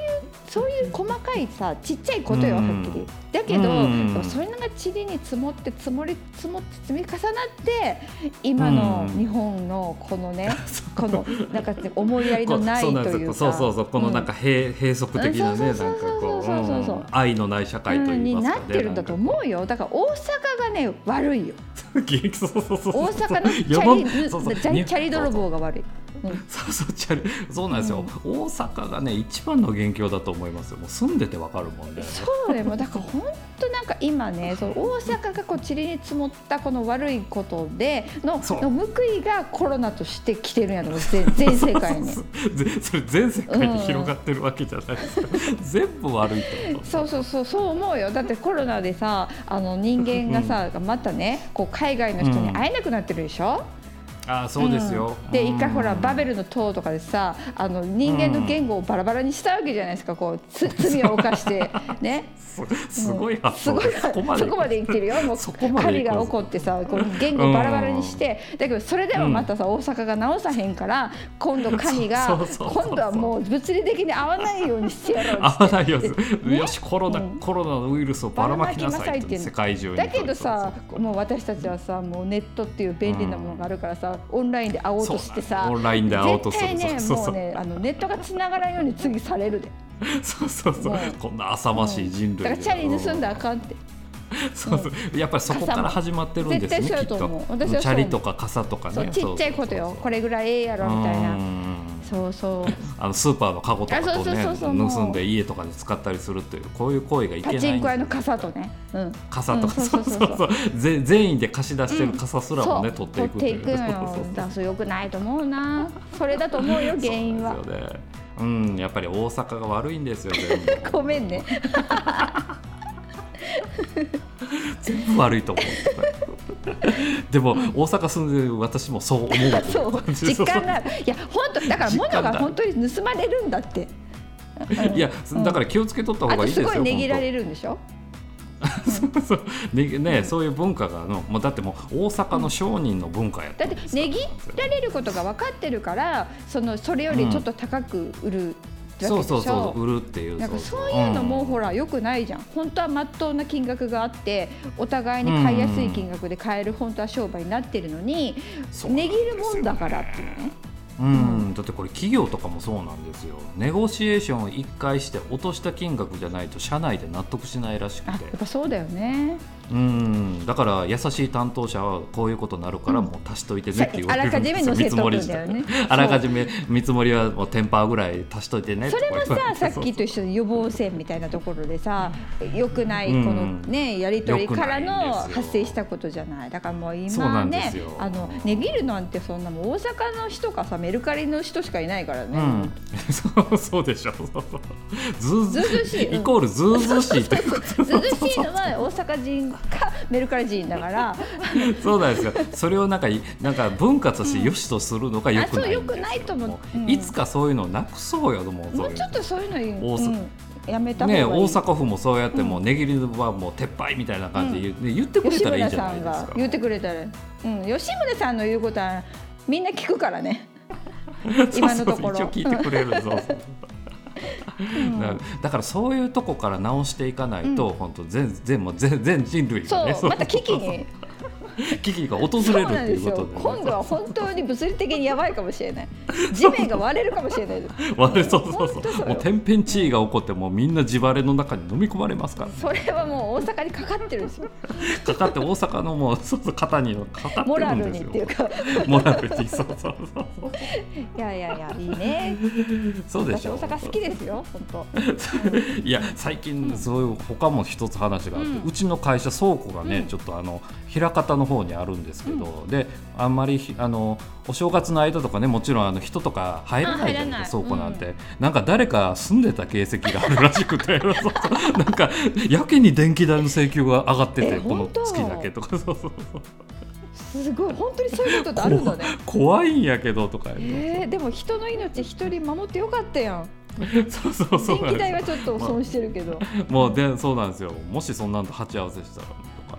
Speaker 1: そういう細かいさちっちゃいことよ
Speaker 2: う
Speaker 1: は
Speaker 2: ん
Speaker 1: っきりだけど、
Speaker 2: うん
Speaker 1: でもそれが塵に積もって積もり積もって積み重なって今の
Speaker 2: うん
Speaker 1: 日本のこのね、このなんか思いやりのないというか
Speaker 2: そうそうそうこのなんか閉,、閉塞的なね
Speaker 1: うんそ
Speaker 2: な
Speaker 1: うん
Speaker 2: か
Speaker 1: そう
Speaker 2: こ
Speaker 1: そう
Speaker 2: う
Speaker 1: そうそうそうそう
Speaker 2: うん愛のない社
Speaker 1: う
Speaker 2: 会と
Speaker 1: ん
Speaker 2: い
Speaker 1: に
Speaker 2: います
Speaker 1: な
Speaker 2: か
Speaker 1: って
Speaker 2: ね
Speaker 1: るんだと思うよだから大阪がね悪いよ
Speaker 2: なんかそうそうそう そう
Speaker 1: 大阪 のチ
Speaker 2: 世の
Speaker 1: ャリ
Speaker 2: そうそう
Speaker 1: チャリチャリ泥棒が悪い
Speaker 2: そうそうチャリそうなんですよ、大阪がね一番の元凶だと思いますよもう住んでてわかるもんね
Speaker 1: そうでもだから本当なんか今ねその大阪がこう塵に積もったこの悪いことでの
Speaker 2: そう
Speaker 1: の報いがコロナとして来てるんやろ全全世界に。
Speaker 2: ぜそれ全世界に広がってるわけじゃな いですよ、全部悪いってこ と
Speaker 1: そうそうそうそう思うよだってコロナでさあの人間がさ、またねこう海外の人に会えなくなってるでしょ、
Speaker 2: ああそうですよ、
Speaker 1: うんで一回ほらバベ
Speaker 2: ル
Speaker 1: ルの塔とかでさあの人間の言語をバラバラにしたわけじゃないですかこうつ罪を犯 してね
Speaker 2: すすごい発
Speaker 1: す
Speaker 2: 想
Speaker 1: ごい
Speaker 2: です、そこまで
Speaker 1: そこまで言ってるよもう
Speaker 2: そこまで
Speaker 1: 狩りが起こってさこう言語バラバラにして、だけどそれでもまたさ、大阪が直さへんから今度狩りが
Speaker 2: そうそうそうそう
Speaker 1: 今度はもう物理的に会わないようにしてやろうっつっ
Speaker 2: 合
Speaker 1: て
Speaker 2: わないよ、
Speaker 1: ね
Speaker 2: よしコロナ、
Speaker 1: うん
Speaker 2: コロナのウイルスをばらまきな
Speaker 1: ばら
Speaker 2: さいって
Speaker 1: まきなさいって
Speaker 2: 世界中に
Speaker 1: だけどさ
Speaker 2: そうそうそう
Speaker 1: もう私たちはさもうネットっていう便利なものがあるからさ、オンラインで会おうとして
Speaker 2: そうな
Speaker 1: さ
Speaker 2: のオンラインで会おうとする
Speaker 1: 絶対ね
Speaker 2: そうそうそ
Speaker 1: もう
Speaker 2: う
Speaker 1: ねあのネットが繋がらんように次されるで
Speaker 2: そうそうそう、
Speaker 1: もう
Speaker 2: こんな浅ましい人類
Speaker 1: だ
Speaker 2: で
Speaker 1: からチャリ盗んだらあかんって
Speaker 2: そうそうやっぱりそこから始まってるんですね
Speaker 1: 絶対そうやと
Speaker 2: きっと
Speaker 1: 思う
Speaker 2: うん
Speaker 1: 私は
Speaker 2: チ
Speaker 1: そう
Speaker 2: ャ
Speaker 1: 思う
Speaker 2: リとか傘とかね
Speaker 1: そうちっちゃいことよこれぐらいええやろみたいな
Speaker 2: な
Speaker 1: そうそう
Speaker 2: あのスーパーのカゴとか
Speaker 1: あそう
Speaker 2: と
Speaker 1: そう
Speaker 2: ね
Speaker 1: そうそうもう
Speaker 2: 盗んで家とかに使ったりするというこういう行為がいけ
Speaker 1: パ
Speaker 2: ないんです
Speaker 1: チンコ屋の傘とね、うん、
Speaker 2: 傘とか、
Speaker 1: うん
Speaker 2: そ
Speaker 1: そうう
Speaker 2: そ
Speaker 1: そうう
Speaker 2: そ
Speaker 1: そうう
Speaker 2: ぜ全員で貸し出してる傘すらもね、
Speaker 1: そう
Speaker 2: 取ってい
Speaker 1: 取って
Speaker 2: くと
Speaker 1: いくの
Speaker 2: そ
Speaker 1: よ
Speaker 2: うそうそう
Speaker 1: だからそれよくないと思うなそれだと思うよ原因は
Speaker 2: そうなんですよねうんやっぱり大阪が悪いんですよ全 部
Speaker 1: ごめんね
Speaker 2: 全部悪いと思う でも大阪住んでる私も そう思うという
Speaker 1: そう
Speaker 2: 感じ
Speaker 1: 実感があるいや本当だから
Speaker 2: 実
Speaker 1: 物
Speaker 2: 感が
Speaker 1: が本当に盗まれるんだって
Speaker 2: いや、
Speaker 1: うん
Speaker 2: だから気をつけとった
Speaker 1: あ
Speaker 2: 方が
Speaker 1: と
Speaker 2: いいです
Speaker 1: す
Speaker 2: よ
Speaker 1: ごい値切ら
Speaker 2: 本当
Speaker 1: れるんでしょ
Speaker 2: そうねね、そういう文化があのもうだってもう大阪の商人の文化やった
Speaker 1: だっ
Speaker 2: ん
Speaker 1: て
Speaker 2: ですから
Speaker 1: 値切られることが分かってるからそのそれよりちょっと高く売るわけでし
Speaker 2: そうそうそ
Speaker 1: ょ
Speaker 2: う売るっていう
Speaker 1: なんかそういうのもほらよくないじゃん本当は真っ当な金額があってお互いに買いやすい金額で買える本当は商売になってるのに値切るもんだからっていうね
Speaker 2: うん、うんだってこれ企業とかもそうなんですよネゴシエーションを一回して落とした金額じゃないと社内で納得しないらし
Speaker 1: あ
Speaker 2: く
Speaker 1: や
Speaker 2: て
Speaker 1: っぱそうだよね
Speaker 2: うんだから優しい担当者はこういうことになるからもう足しといてねって言わ
Speaker 1: あ
Speaker 2: れ
Speaker 1: ら
Speaker 2: る
Speaker 1: か
Speaker 2: ん
Speaker 1: じ
Speaker 2: で
Speaker 1: め
Speaker 2: すよ
Speaker 1: 載せ
Speaker 2: 見
Speaker 1: と
Speaker 2: 積
Speaker 1: く
Speaker 2: も
Speaker 1: ん
Speaker 2: りして
Speaker 1: だよね
Speaker 2: あらかじめ見積もりはもうテンパーぐらい足しといてね
Speaker 1: それも
Speaker 2: とか言わ
Speaker 1: さ
Speaker 2: て
Speaker 1: さっきと一緒に予防線みたいなところでさ良くないこの
Speaker 2: うん
Speaker 1: ねやり取りから
Speaker 2: 良くないん
Speaker 1: の
Speaker 2: ですよ
Speaker 1: 発生したことじゃないだからもう
Speaker 2: そうな
Speaker 1: 今
Speaker 2: んで
Speaker 1: ね
Speaker 2: すよ
Speaker 1: あの値切るなんてそんなもう大阪の人かさメルカリの人しかいないから
Speaker 2: う
Speaker 1: ね
Speaker 2: ん、 そうそうでしょそうそうずうず
Speaker 1: ずうずうしいうん
Speaker 2: イコールずうずうしいということ
Speaker 1: 涼しいのは大阪人かメルカリ人だから
Speaker 2: そうなんですよそれをなんかいなんか文化として良しとするのが良くないんですよ、
Speaker 1: うんあそう良くないと思う
Speaker 2: も
Speaker 1: うん
Speaker 2: いつかそういうのをなくそうよと思
Speaker 1: も
Speaker 2: うそう
Speaker 1: う
Speaker 2: いう
Speaker 1: ちょっとそういうのいい
Speaker 2: 大阪
Speaker 1: うんやめた方がい
Speaker 2: ね
Speaker 1: い
Speaker 2: 大阪府もそうやってもう値切りはもう撤廃みたいな感じで言,、ね言ってくれ
Speaker 1: 吉
Speaker 2: たらいい
Speaker 1: 村
Speaker 2: じゃ
Speaker 1: さ
Speaker 2: ない
Speaker 1: ん
Speaker 2: です
Speaker 1: が
Speaker 2: か
Speaker 1: 言ってくれたら、うん、吉村さんの言うことはみんな聞くから ね今のところ
Speaker 2: そうそう一応聞いてくれるそうそうだだからそういうとこから直していかないと、本当全全もう全全人類
Speaker 1: そ
Speaker 2: が
Speaker 1: う、
Speaker 2: ね
Speaker 1: また危機に
Speaker 2: 危機が訪
Speaker 1: そう
Speaker 2: れる
Speaker 1: なん
Speaker 2: と
Speaker 1: で
Speaker 2: いう
Speaker 1: す
Speaker 2: こ
Speaker 1: よ
Speaker 2: とでね、
Speaker 1: 今度は本当に物理的にやばいかもしれ ない地面が割れるかもしれないです
Speaker 2: 割れそうそうそ
Speaker 1: 本
Speaker 2: う
Speaker 1: 当そうよ
Speaker 2: もう天変地異が起こってもうみんな地割れの中に飲み込まれますからね、
Speaker 1: それはもう大阪にかかってるんですよ
Speaker 2: かかって大阪のもうそうそう肩にのかかっ
Speaker 1: モ
Speaker 2: て
Speaker 1: ラ
Speaker 2: るん
Speaker 1: ルに
Speaker 2: です
Speaker 1: っ
Speaker 2: よ
Speaker 1: ていうか
Speaker 2: モラルにそうそうそう
Speaker 1: いやいやいやいいね
Speaker 2: そうで
Speaker 1: 私
Speaker 2: しょ
Speaker 1: 大阪好きですよ本当
Speaker 2: いや最近そういう他も一つ話があって、う
Speaker 4: うん
Speaker 2: ちの会社倉庫がね、
Speaker 4: うん
Speaker 2: ちょっとあの枚方の方にあるんですけど、であんまりひあのお正月の間とかねもちろんあの人とか入らないじゃないですか
Speaker 4: あ
Speaker 2: 倉
Speaker 4: 入
Speaker 2: 庫
Speaker 4: ら
Speaker 2: な
Speaker 4: ない
Speaker 2: んて、なんか誰か住んでた形跡があるらし くてそうそうなんかやけに電気代の請求が上がってて
Speaker 1: え
Speaker 2: この
Speaker 1: 本当
Speaker 2: 月だけとかそうそうそう
Speaker 1: すごい本当にそういうことってあるんだね
Speaker 2: 怖いんやけどとか言って
Speaker 1: えー、でも人の命一人守ってよかったやん
Speaker 2: そうそう そう
Speaker 1: 電
Speaker 2: なん
Speaker 1: 気代
Speaker 2: で
Speaker 1: はちょっと損してるけど、
Speaker 2: すよもうでそうなんですよもしそんなんと鉢合わせしたらとか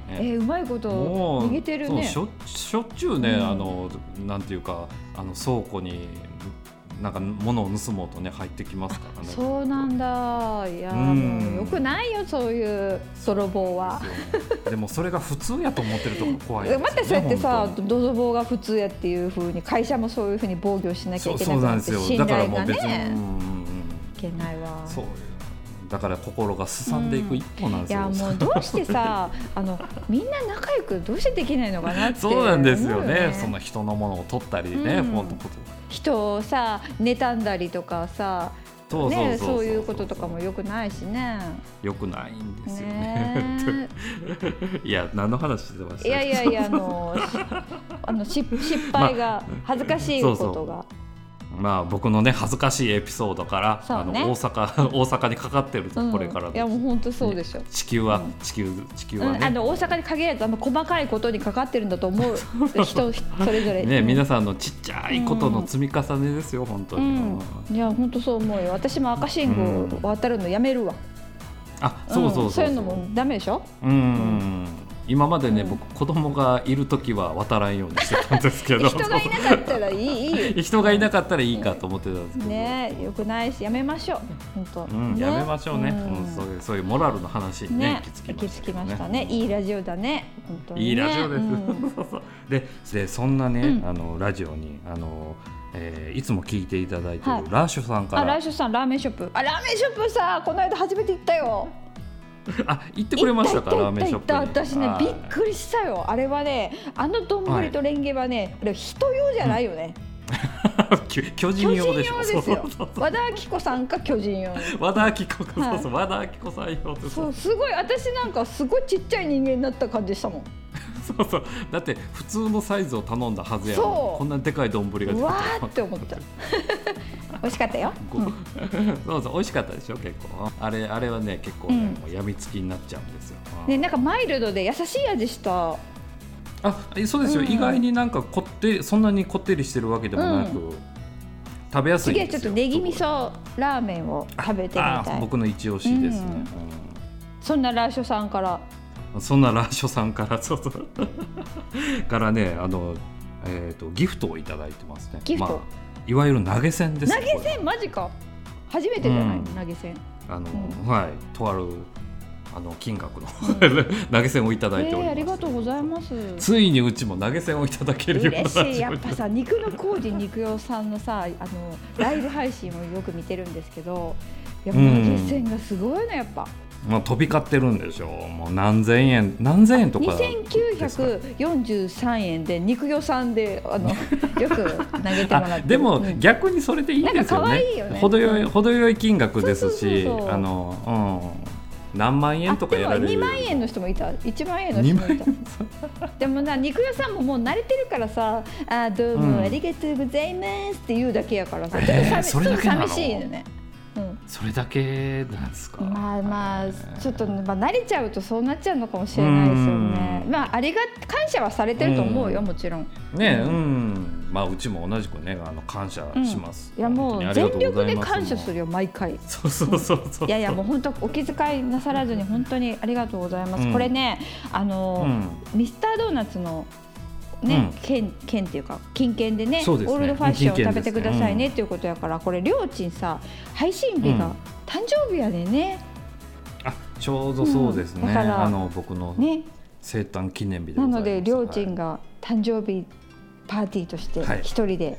Speaker 2: ね。
Speaker 1: えー、うまいこと
Speaker 2: もう
Speaker 1: 逃げてるね
Speaker 2: そうしょしょっちゅうね、
Speaker 1: うん
Speaker 2: あのなんていうかあの倉庫になんか物を盗もうとね入ってきますからね。
Speaker 1: そうなんだいやー
Speaker 2: うん
Speaker 1: もうよくないよそういう泥棒は
Speaker 2: でもそれが普通やと思ってるとこ怖い
Speaker 1: え
Speaker 2: ですよね。
Speaker 1: 待ってそうやってさ
Speaker 2: 本当に
Speaker 1: 泥棒が普通やっていうふうに会社もそういうふうに防御しなきゃ
Speaker 2: そ
Speaker 1: いうけ
Speaker 2: そ
Speaker 1: な
Speaker 2: う
Speaker 1: く
Speaker 2: な
Speaker 1: なんっ
Speaker 2: です
Speaker 1: て
Speaker 2: よ。
Speaker 1: 信
Speaker 2: だから
Speaker 1: 頼
Speaker 2: も
Speaker 1: が
Speaker 2: う別に、
Speaker 1: ね
Speaker 2: うん
Speaker 1: けないわ
Speaker 2: そうだから心がすさんでいく一歩なんで
Speaker 1: い
Speaker 2: すよ、
Speaker 1: やもうどうしてさあのみんな仲良くどうしてできないのかなって
Speaker 2: そうなんですよ
Speaker 1: 思う
Speaker 2: ねその人のものを取ったりね、
Speaker 1: うん
Speaker 2: ほんと
Speaker 1: 人をさ妬んだりとかさ
Speaker 2: そうそうそう
Speaker 1: ね、そういうこととかもよくないしね。
Speaker 2: よくないんですよね
Speaker 1: ね
Speaker 2: いや何の話してました
Speaker 1: いやいやいやあ のしあのし失敗が恥ずかしいこ
Speaker 2: そうそ
Speaker 1: と
Speaker 2: う
Speaker 1: が、
Speaker 2: まあ僕のね恥ずかしいエピソードから、
Speaker 1: そう
Speaker 2: あの
Speaker 1: ね
Speaker 2: 大阪 大阪にかかってる
Speaker 1: うん
Speaker 2: これから
Speaker 1: いやもう
Speaker 2: の
Speaker 1: 本当そうでしょ。
Speaker 2: 地球は、
Speaker 1: うん
Speaker 2: 地球地球
Speaker 1: う
Speaker 2: はね,、
Speaker 1: ん、あの大阪に限らずあの細かいことにかかってるんだと思 う人それぞれ
Speaker 2: ね
Speaker 1: うん
Speaker 2: 皆さんのちっちゃいことの積み重ねですよ、本当
Speaker 1: う
Speaker 2: に、
Speaker 1: んいや本当そう思うよ私も赤信号
Speaker 2: うん
Speaker 1: 渡るのやめるわ、
Speaker 2: あ
Speaker 1: ん
Speaker 2: そうそうそう
Speaker 1: そういうのもダメでしょ
Speaker 2: うん、今までね、
Speaker 1: うん
Speaker 2: 僕子供がいる時は渡らんようにしてたんですけ ど
Speaker 1: 人がいなかったらいいいい
Speaker 2: 人がいなかったらいいかと思ってたんですけど、
Speaker 1: ねよくないしやめましょう本当、
Speaker 2: うん、
Speaker 1: ね
Speaker 2: やめましょうね、
Speaker 1: ん
Speaker 2: うんそういうそういうモラルの話にね
Speaker 1: ね、行
Speaker 2: 行き
Speaker 1: き
Speaker 2: 着
Speaker 1: 着
Speaker 2: き
Speaker 1: き
Speaker 2: ま
Speaker 1: ま
Speaker 2: し
Speaker 1: したた
Speaker 2: ね
Speaker 1: ね。いいラジオだね。本当にね
Speaker 2: いいラジオです。
Speaker 1: うん
Speaker 2: そうそう ででそんなね、
Speaker 1: うん
Speaker 2: あのラジオにあの、えーいつも聞いていただいて
Speaker 1: はい
Speaker 2: るラーシュさんか
Speaker 1: あ、
Speaker 2: ら、
Speaker 1: 来週さんラーメンショップ。あ、ラーメンショップさ、この間初めて行ったよ。
Speaker 2: あ行ってくれましたか
Speaker 1: 行
Speaker 2: ラー
Speaker 1: っ
Speaker 2: メンショップに
Speaker 1: 行った行った私ね
Speaker 2: あ、ー
Speaker 1: びっくりしたよ。あれはね、あの丼
Speaker 2: はい
Speaker 1: とレンゲはね、あれ人用じゃないよね。
Speaker 2: きょ
Speaker 1: 巨
Speaker 2: 巨人
Speaker 1: 人
Speaker 2: 用
Speaker 1: 用
Speaker 2: で
Speaker 1: で
Speaker 2: しょ
Speaker 1: す
Speaker 2: そう
Speaker 1: よ
Speaker 2: そうそう。
Speaker 1: 和田アキ子さんか巨人用。
Speaker 2: 和田アキ子
Speaker 1: はい
Speaker 2: そうそう和田アキ子さん用って
Speaker 1: そ、
Speaker 2: そうう
Speaker 1: すごい私なんかすごいちっちゃい人間になった感じしたもん。
Speaker 2: そうそうだって普通のサイズを頼んだはずや
Speaker 1: そ
Speaker 2: の
Speaker 1: う
Speaker 2: こんなでかい丼が出てき
Speaker 1: う
Speaker 2: た
Speaker 1: わーって思った。 美味しかったよ。
Speaker 2: こうそうそう美味しかったでしょ結構あれあれはね結構ね、
Speaker 1: うん
Speaker 2: もうやみつきになっちゃうんですよ、うん
Speaker 1: ね、なんかマイルドで優しい味した。
Speaker 2: あそうですよ、
Speaker 1: うん
Speaker 2: 意外になんかこってそんなにこってりしてるわけでもなく、食べやすいん
Speaker 1: 次は
Speaker 2: で
Speaker 1: ちょっ
Speaker 2: す
Speaker 1: と
Speaker 2: よ
Speaker 1: ネギ味噌ラーメンを食べてみ
Speaker 2: あ
Speaker 1: たい
Speaker 2: 僕の一押しですね、
Speaker 1: そんなラーショさんから
Speaker 2: うんそんなラーショさんからそうそう からねあの、えー、とギフトをいただいてますね
Speaker 1: ギフト
Speaker 2: あ、いわゆる投げ銭です
Speaker 1: 投げ
Speaker 2: これ
Speaker 1: 銭マジか初めてじゃない、
Speaker 2: うん
Speaker 1: 投げ銭
Speaker 2: あの、
Speaker 1: う
Speaker 2: はいとあるあの金額の
Speaker 1: う
Speaker 2: 投げ銭をいただいております、
Speaker 1: えーありがとうございます
Speaker 2: ついにうちも投げ銭をいただけるような
Speaker 1: 嬉しいやっぱ
Speaker 2: に
Speaker 1: さ肉の工事肉用さんのさあのライブ配信をよく見てるんですけどいや投
Speaker 2: うん
Speaker 1: げ銭がすごいねやっぱ
Speaker 2: もう飛び交ってるんでしょうもう何千円何千円とかですか
Speaker 1: 2943円で肉用さんで あのよく投げてもら
Speaker 2: あ
Speaker 1: ってる
Speaker 2: でも
Speaker 1: うん
Speaker 2: 逆にそれでいいですよ
Speaker 1: な
Speaker 2: ね
Speaker 1: んか可愛いよね
Speaker 2: 程よい程よい金額ですし
Speaker 1: そうそうそうそう
Speaker 2: あの、うん、何万円とかやられ
Speaker 1: あ
Speaker 2: る
Speaker 1: でも2万円の人もいた1万円の人もいたでもな肉屋さんももう慣れてるからさ「あーどう
Speaker 2: う
Speaker 1: も
Speaker 2: ん
Speaker 1: ありがとうございます」って言うだけやからさちょっ
Speaker 2: え
Speaker 1: と
Speaker 2: ー
Speaker 1: 寂
Speaker 2: それだけ
Speaker 1: ちょ
Speaker 2: なの
Speaker 1: っと寂しいよね、うん、
Speaker 2: それだけなんですか
Speaker 1: まあま
Speaker 2: え
Speaker 1: あ
Speaker 2: ー
Speaker 1: ちょっと、まあ、慣れちゃうとそうなっちゃうのかもしれないですよね
Speaker 2: うん
Speaker 1: まあありが感謝はされてると思うよ
Speaker 2: うん
Speaker 1: もちろん
Speaker 2: ねうん、まあうちも同じくねあの感謝します、
Speaker 1: いやもう
Speaker 2: 本当に
Speaker 1: 全力で感謝する
Speaker 2: よ
Speaker 1: よ毎回
Speaker 2: そうそうそうそう
Speaker 1: いやいやもう本当お気遣いなさらずに本当にありがとうございます、
Speaker 2: うん
Speaker 1: これねあ
Speaker 2: う
Speaker 1: の、
Speaker 2: ん
Speaker 1: ミスタードーナツのね、
Speaker 2: うん
Speaker 1: 県県っていうか近県でね
Speaker 2: そうですね
Speaker 1: オールドファッションを
Speaker 2: 近県
Speaker 1: 食
Speaker 2: で
Speaker 1: べ
Speaker 2: すね
Speaker 1: てくださいねっていうことやから、これりょうちんさ配信日
Speaker 2: うん
Speaker 1: が誕生日やでね、
Speaker 2: あちょうどそうですね、
Speaker 1: うんだから
Speaker 2: あの僕の
Speaker 1: ね
Speaker 2: 生誕記念日でご
Speaker 1: な
Speaker 2: ざいます
Speaker 1: のでりょうち
Speaker 2: はい
Speaker 1: んが誕生日パーティーとして
Speaker 2: はい
Speaker 1: 一人で、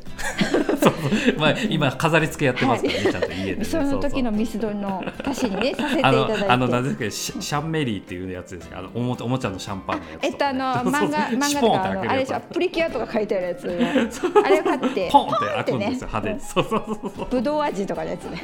Speaker 2: まあ、今飾り付けやってますからね、ちゃんと家で、ね、
Speaker 1: その時の
Speaker 2: う
Speaker 1: ミスドの足しにねさせてい
Speaker 2: あ
Speaker 1: た
Speaker 2: の
Speaker 1: だいて
Speaker 2: あの何ですかシャシャンメリーっていうやつですねあのおもおもちゃのシャンパンのやつ
Speaker 1: えっとあの
Speaker 2: そうそう
Speaker 1: 漫 画漫
Speaker 2: シ
Speaker 1: 画
Speaker 2: ュ
Speaker 1: と
Speaker 2: ポンっ
Speaker 1: か
Speaker 2: て
Speaker 1: あ
Speaker 2: 開
Speaker 1: の
Speaker 2: け
Speaker 1: あれ
Speaker 2: るや
Speaker 1: で
Speaker 2: つ
Speaker 1: しょプリキュアとか書いてあるやつ あれを買って
Speaker 2: ポンって開くんですよ
Speaker 1: ポンって
Speaker 2: 派手にそうそうそうそう
Speaker 1: ぶどう味とかのやつね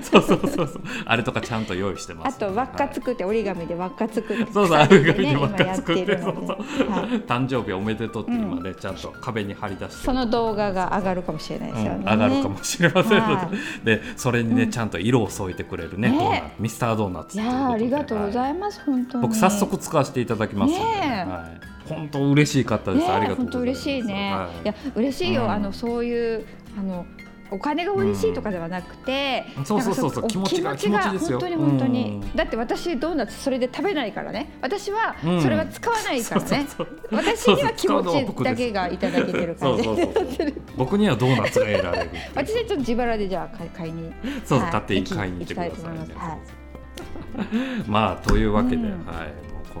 Speaker 2: そうそうそうそうあれとかちゃんと用意してま
Speaker 1: あ
Speaker 2: す、
Speaker 1: と輪っか
Speaker 2: はい
Speaker 1: 作って折り紙で輪っか作って
Speaker 2: そうそう、あ
Speaker 1: 鎖
Speaker 2: る
Speaker 1: で
Speaker 2: 紙
Speaker 1: ね
Speaker 2: に輪っか作っ
Speaker 1: 今
Speaker 2: て、
Speaker 1: や
Speaker 2: そ
Speaker 1: るの
Speaker 2: うそう
Speaker 1: で、はい
Speaker 2: 誕生日おめでとうって今ね、ちゃんと壁に貼り出してる
Speaker 1: その動画が上がるかもしれないですよね。
Speaker 2: うん上がるかもしれません、
Speaker 1: は
Speaker 2: でそれにね、ちゃんと色を添えてくれるね
Speaker 1: ね
Speaker 2: ドーナツミスタードーナツ
Speaker 1: いやーありがとうご
Speaker 2: ます
Speaker 1: ざいます、本当に。
Speaker 2: 僕早速使わせていただきますんでね、
Speaker 1: ねえ
Speaker 2: はい、本当嬉しいかったです、
Speaker 1: ね
Speaker 2: ありがとう
Speaker 1: 本
Speaker 2: ござ
Speaker 1: 当
Speaker 2: いま
Speaker 1: 嬉
Speaker 2: す
Speaker 1: しいね。、
Speaker 2: はい
Speaker 1: や嬉しいよ、
Speaker 2: うん
Speaker 1: あのそういうあのお金が嬉しいとかではなくて、
Speaker 2: うんそうそうそうそう
Speaker 1: なんかお
Speaker 2: 気持ちが気持ちですよ
Speaker 1: 本当に本当に、
Speaker 2: うん
Speaker 1: だって私ドーナツそれで食べないからね。私は
Speaker 2: うん
Speaker 1: それは使わないからね。
Speaker 2: そうそうそう
Speaker 1: 私には気持ちだけがいただけてる感じ。
Speaker 2: そうそうそう そう僕にはドーナツが得られる
Speaker 1: 私はちょっと自腹でじゃあ買い買いに。
Speaker 2: そうそう
Speaker 1: はい
Speaker 2: 買って
Speaker 1: 行き
Speaker 2: 買いに行ってくださいね
Speaker 1: 行きたいと思いますはい
Speaker 2: まあというわけで、
Speaker 1: うん
Speaker 2: はいもう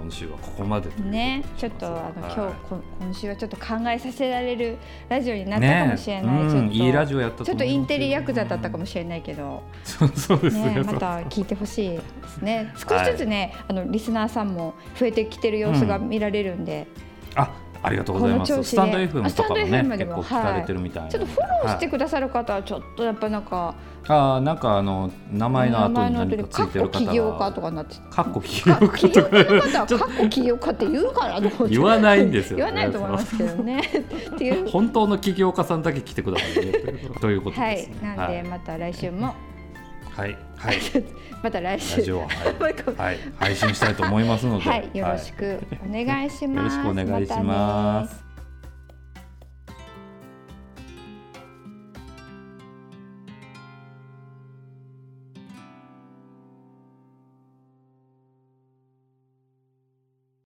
Speaker 2: 今週はここまでということに
Speaker 1: ね、ちょっと
Speaker 2: し
Speaker 1: あ
Speaker 2: ます
Speaker 1: の、
Speaker 2: はい
Speaker 1: 今日こ今週はちょっと考えさせられるラジオになったか
Speaker 2: ね
Speaker 1: もしれない、
Speaker 2: うん
Speaker 1: ちょっと
Speaker 2: いいラジオやったと
Speaker 1: ち
Speaker 2: 思
Speaker 1: ょ
Speaker 2: い
Speaker 1: っ
Speaker 2: ます
Speaker 1: とイン
Speaker 2: よ
Speaker 1: テリヤクザだったかもしれないけど、
Speaker 2: そうそうですね
Speaker 1: ね、
Speaker 2: そ
Speaker 1: ま
Speaker 2: う
Speaker 1: た聞いてほしいですね少しずつね、あのリスナーさんも増えてきてる様子が見られるんで、
Speaker 2: あありがとうございま
Speaker 1: この調子
Speaker 2: す
Speaker 1: で
Speaker 2: スタンド FM とかも
Speaker 1: あスタンド
Speaker 2: ね
Speaker 1: FM で
Speaker 2: 結
Speaker 1: も
Speaker 2: 構聞かれてるみたいな、
Speaker 1: ちょっとフォローして
Speaker 2: はい
Speaker 1: くださる方はちょっとやっぱなんか
Speaker 2: あーなんかあの名前の後に何かついてる
Speaker 1: かっこ起
Speaker 2: 方
Speaker 1: 業家とか
Speaker 2: が
Speaker 1: になってて
Speaker 2: かっこ起業
Speaker 1: か
Speaker 2: 家
Speaker 1: 起
Speaker 2: と
Speaker 1: 業
Speaker 2: か
Speaker 1: 家の方はかっこ起業家って言うからどう
Speaker 2: 言わないんですよね
Speaker 1: 言わないと思いますけど ねっていう
Speaker 2: 本当の起業家さんだけ来てくださいねということということ
Speaker 1: は
Speaker 2: で
Speaker 1: い
Speaker 2: すね。
Speaker 1: なんでまた来週も
Speaker 2: はいはいはい
Speaker 1: また来
Speaker 2: ラジ
Speaker 1: 週
Speaker 2: オははい
Speaker 1: もう一個
Speaker 2: はい配信したいと思いますので、
Speaker 1: はいよろしくお願いし
Speaker 2: はいよ
Speaker 1: ま
Speaker 2: ろ
Speaker 1: す
Speaker 2: しくお願いし
Speaker 1: たね
Speaker 2: ます。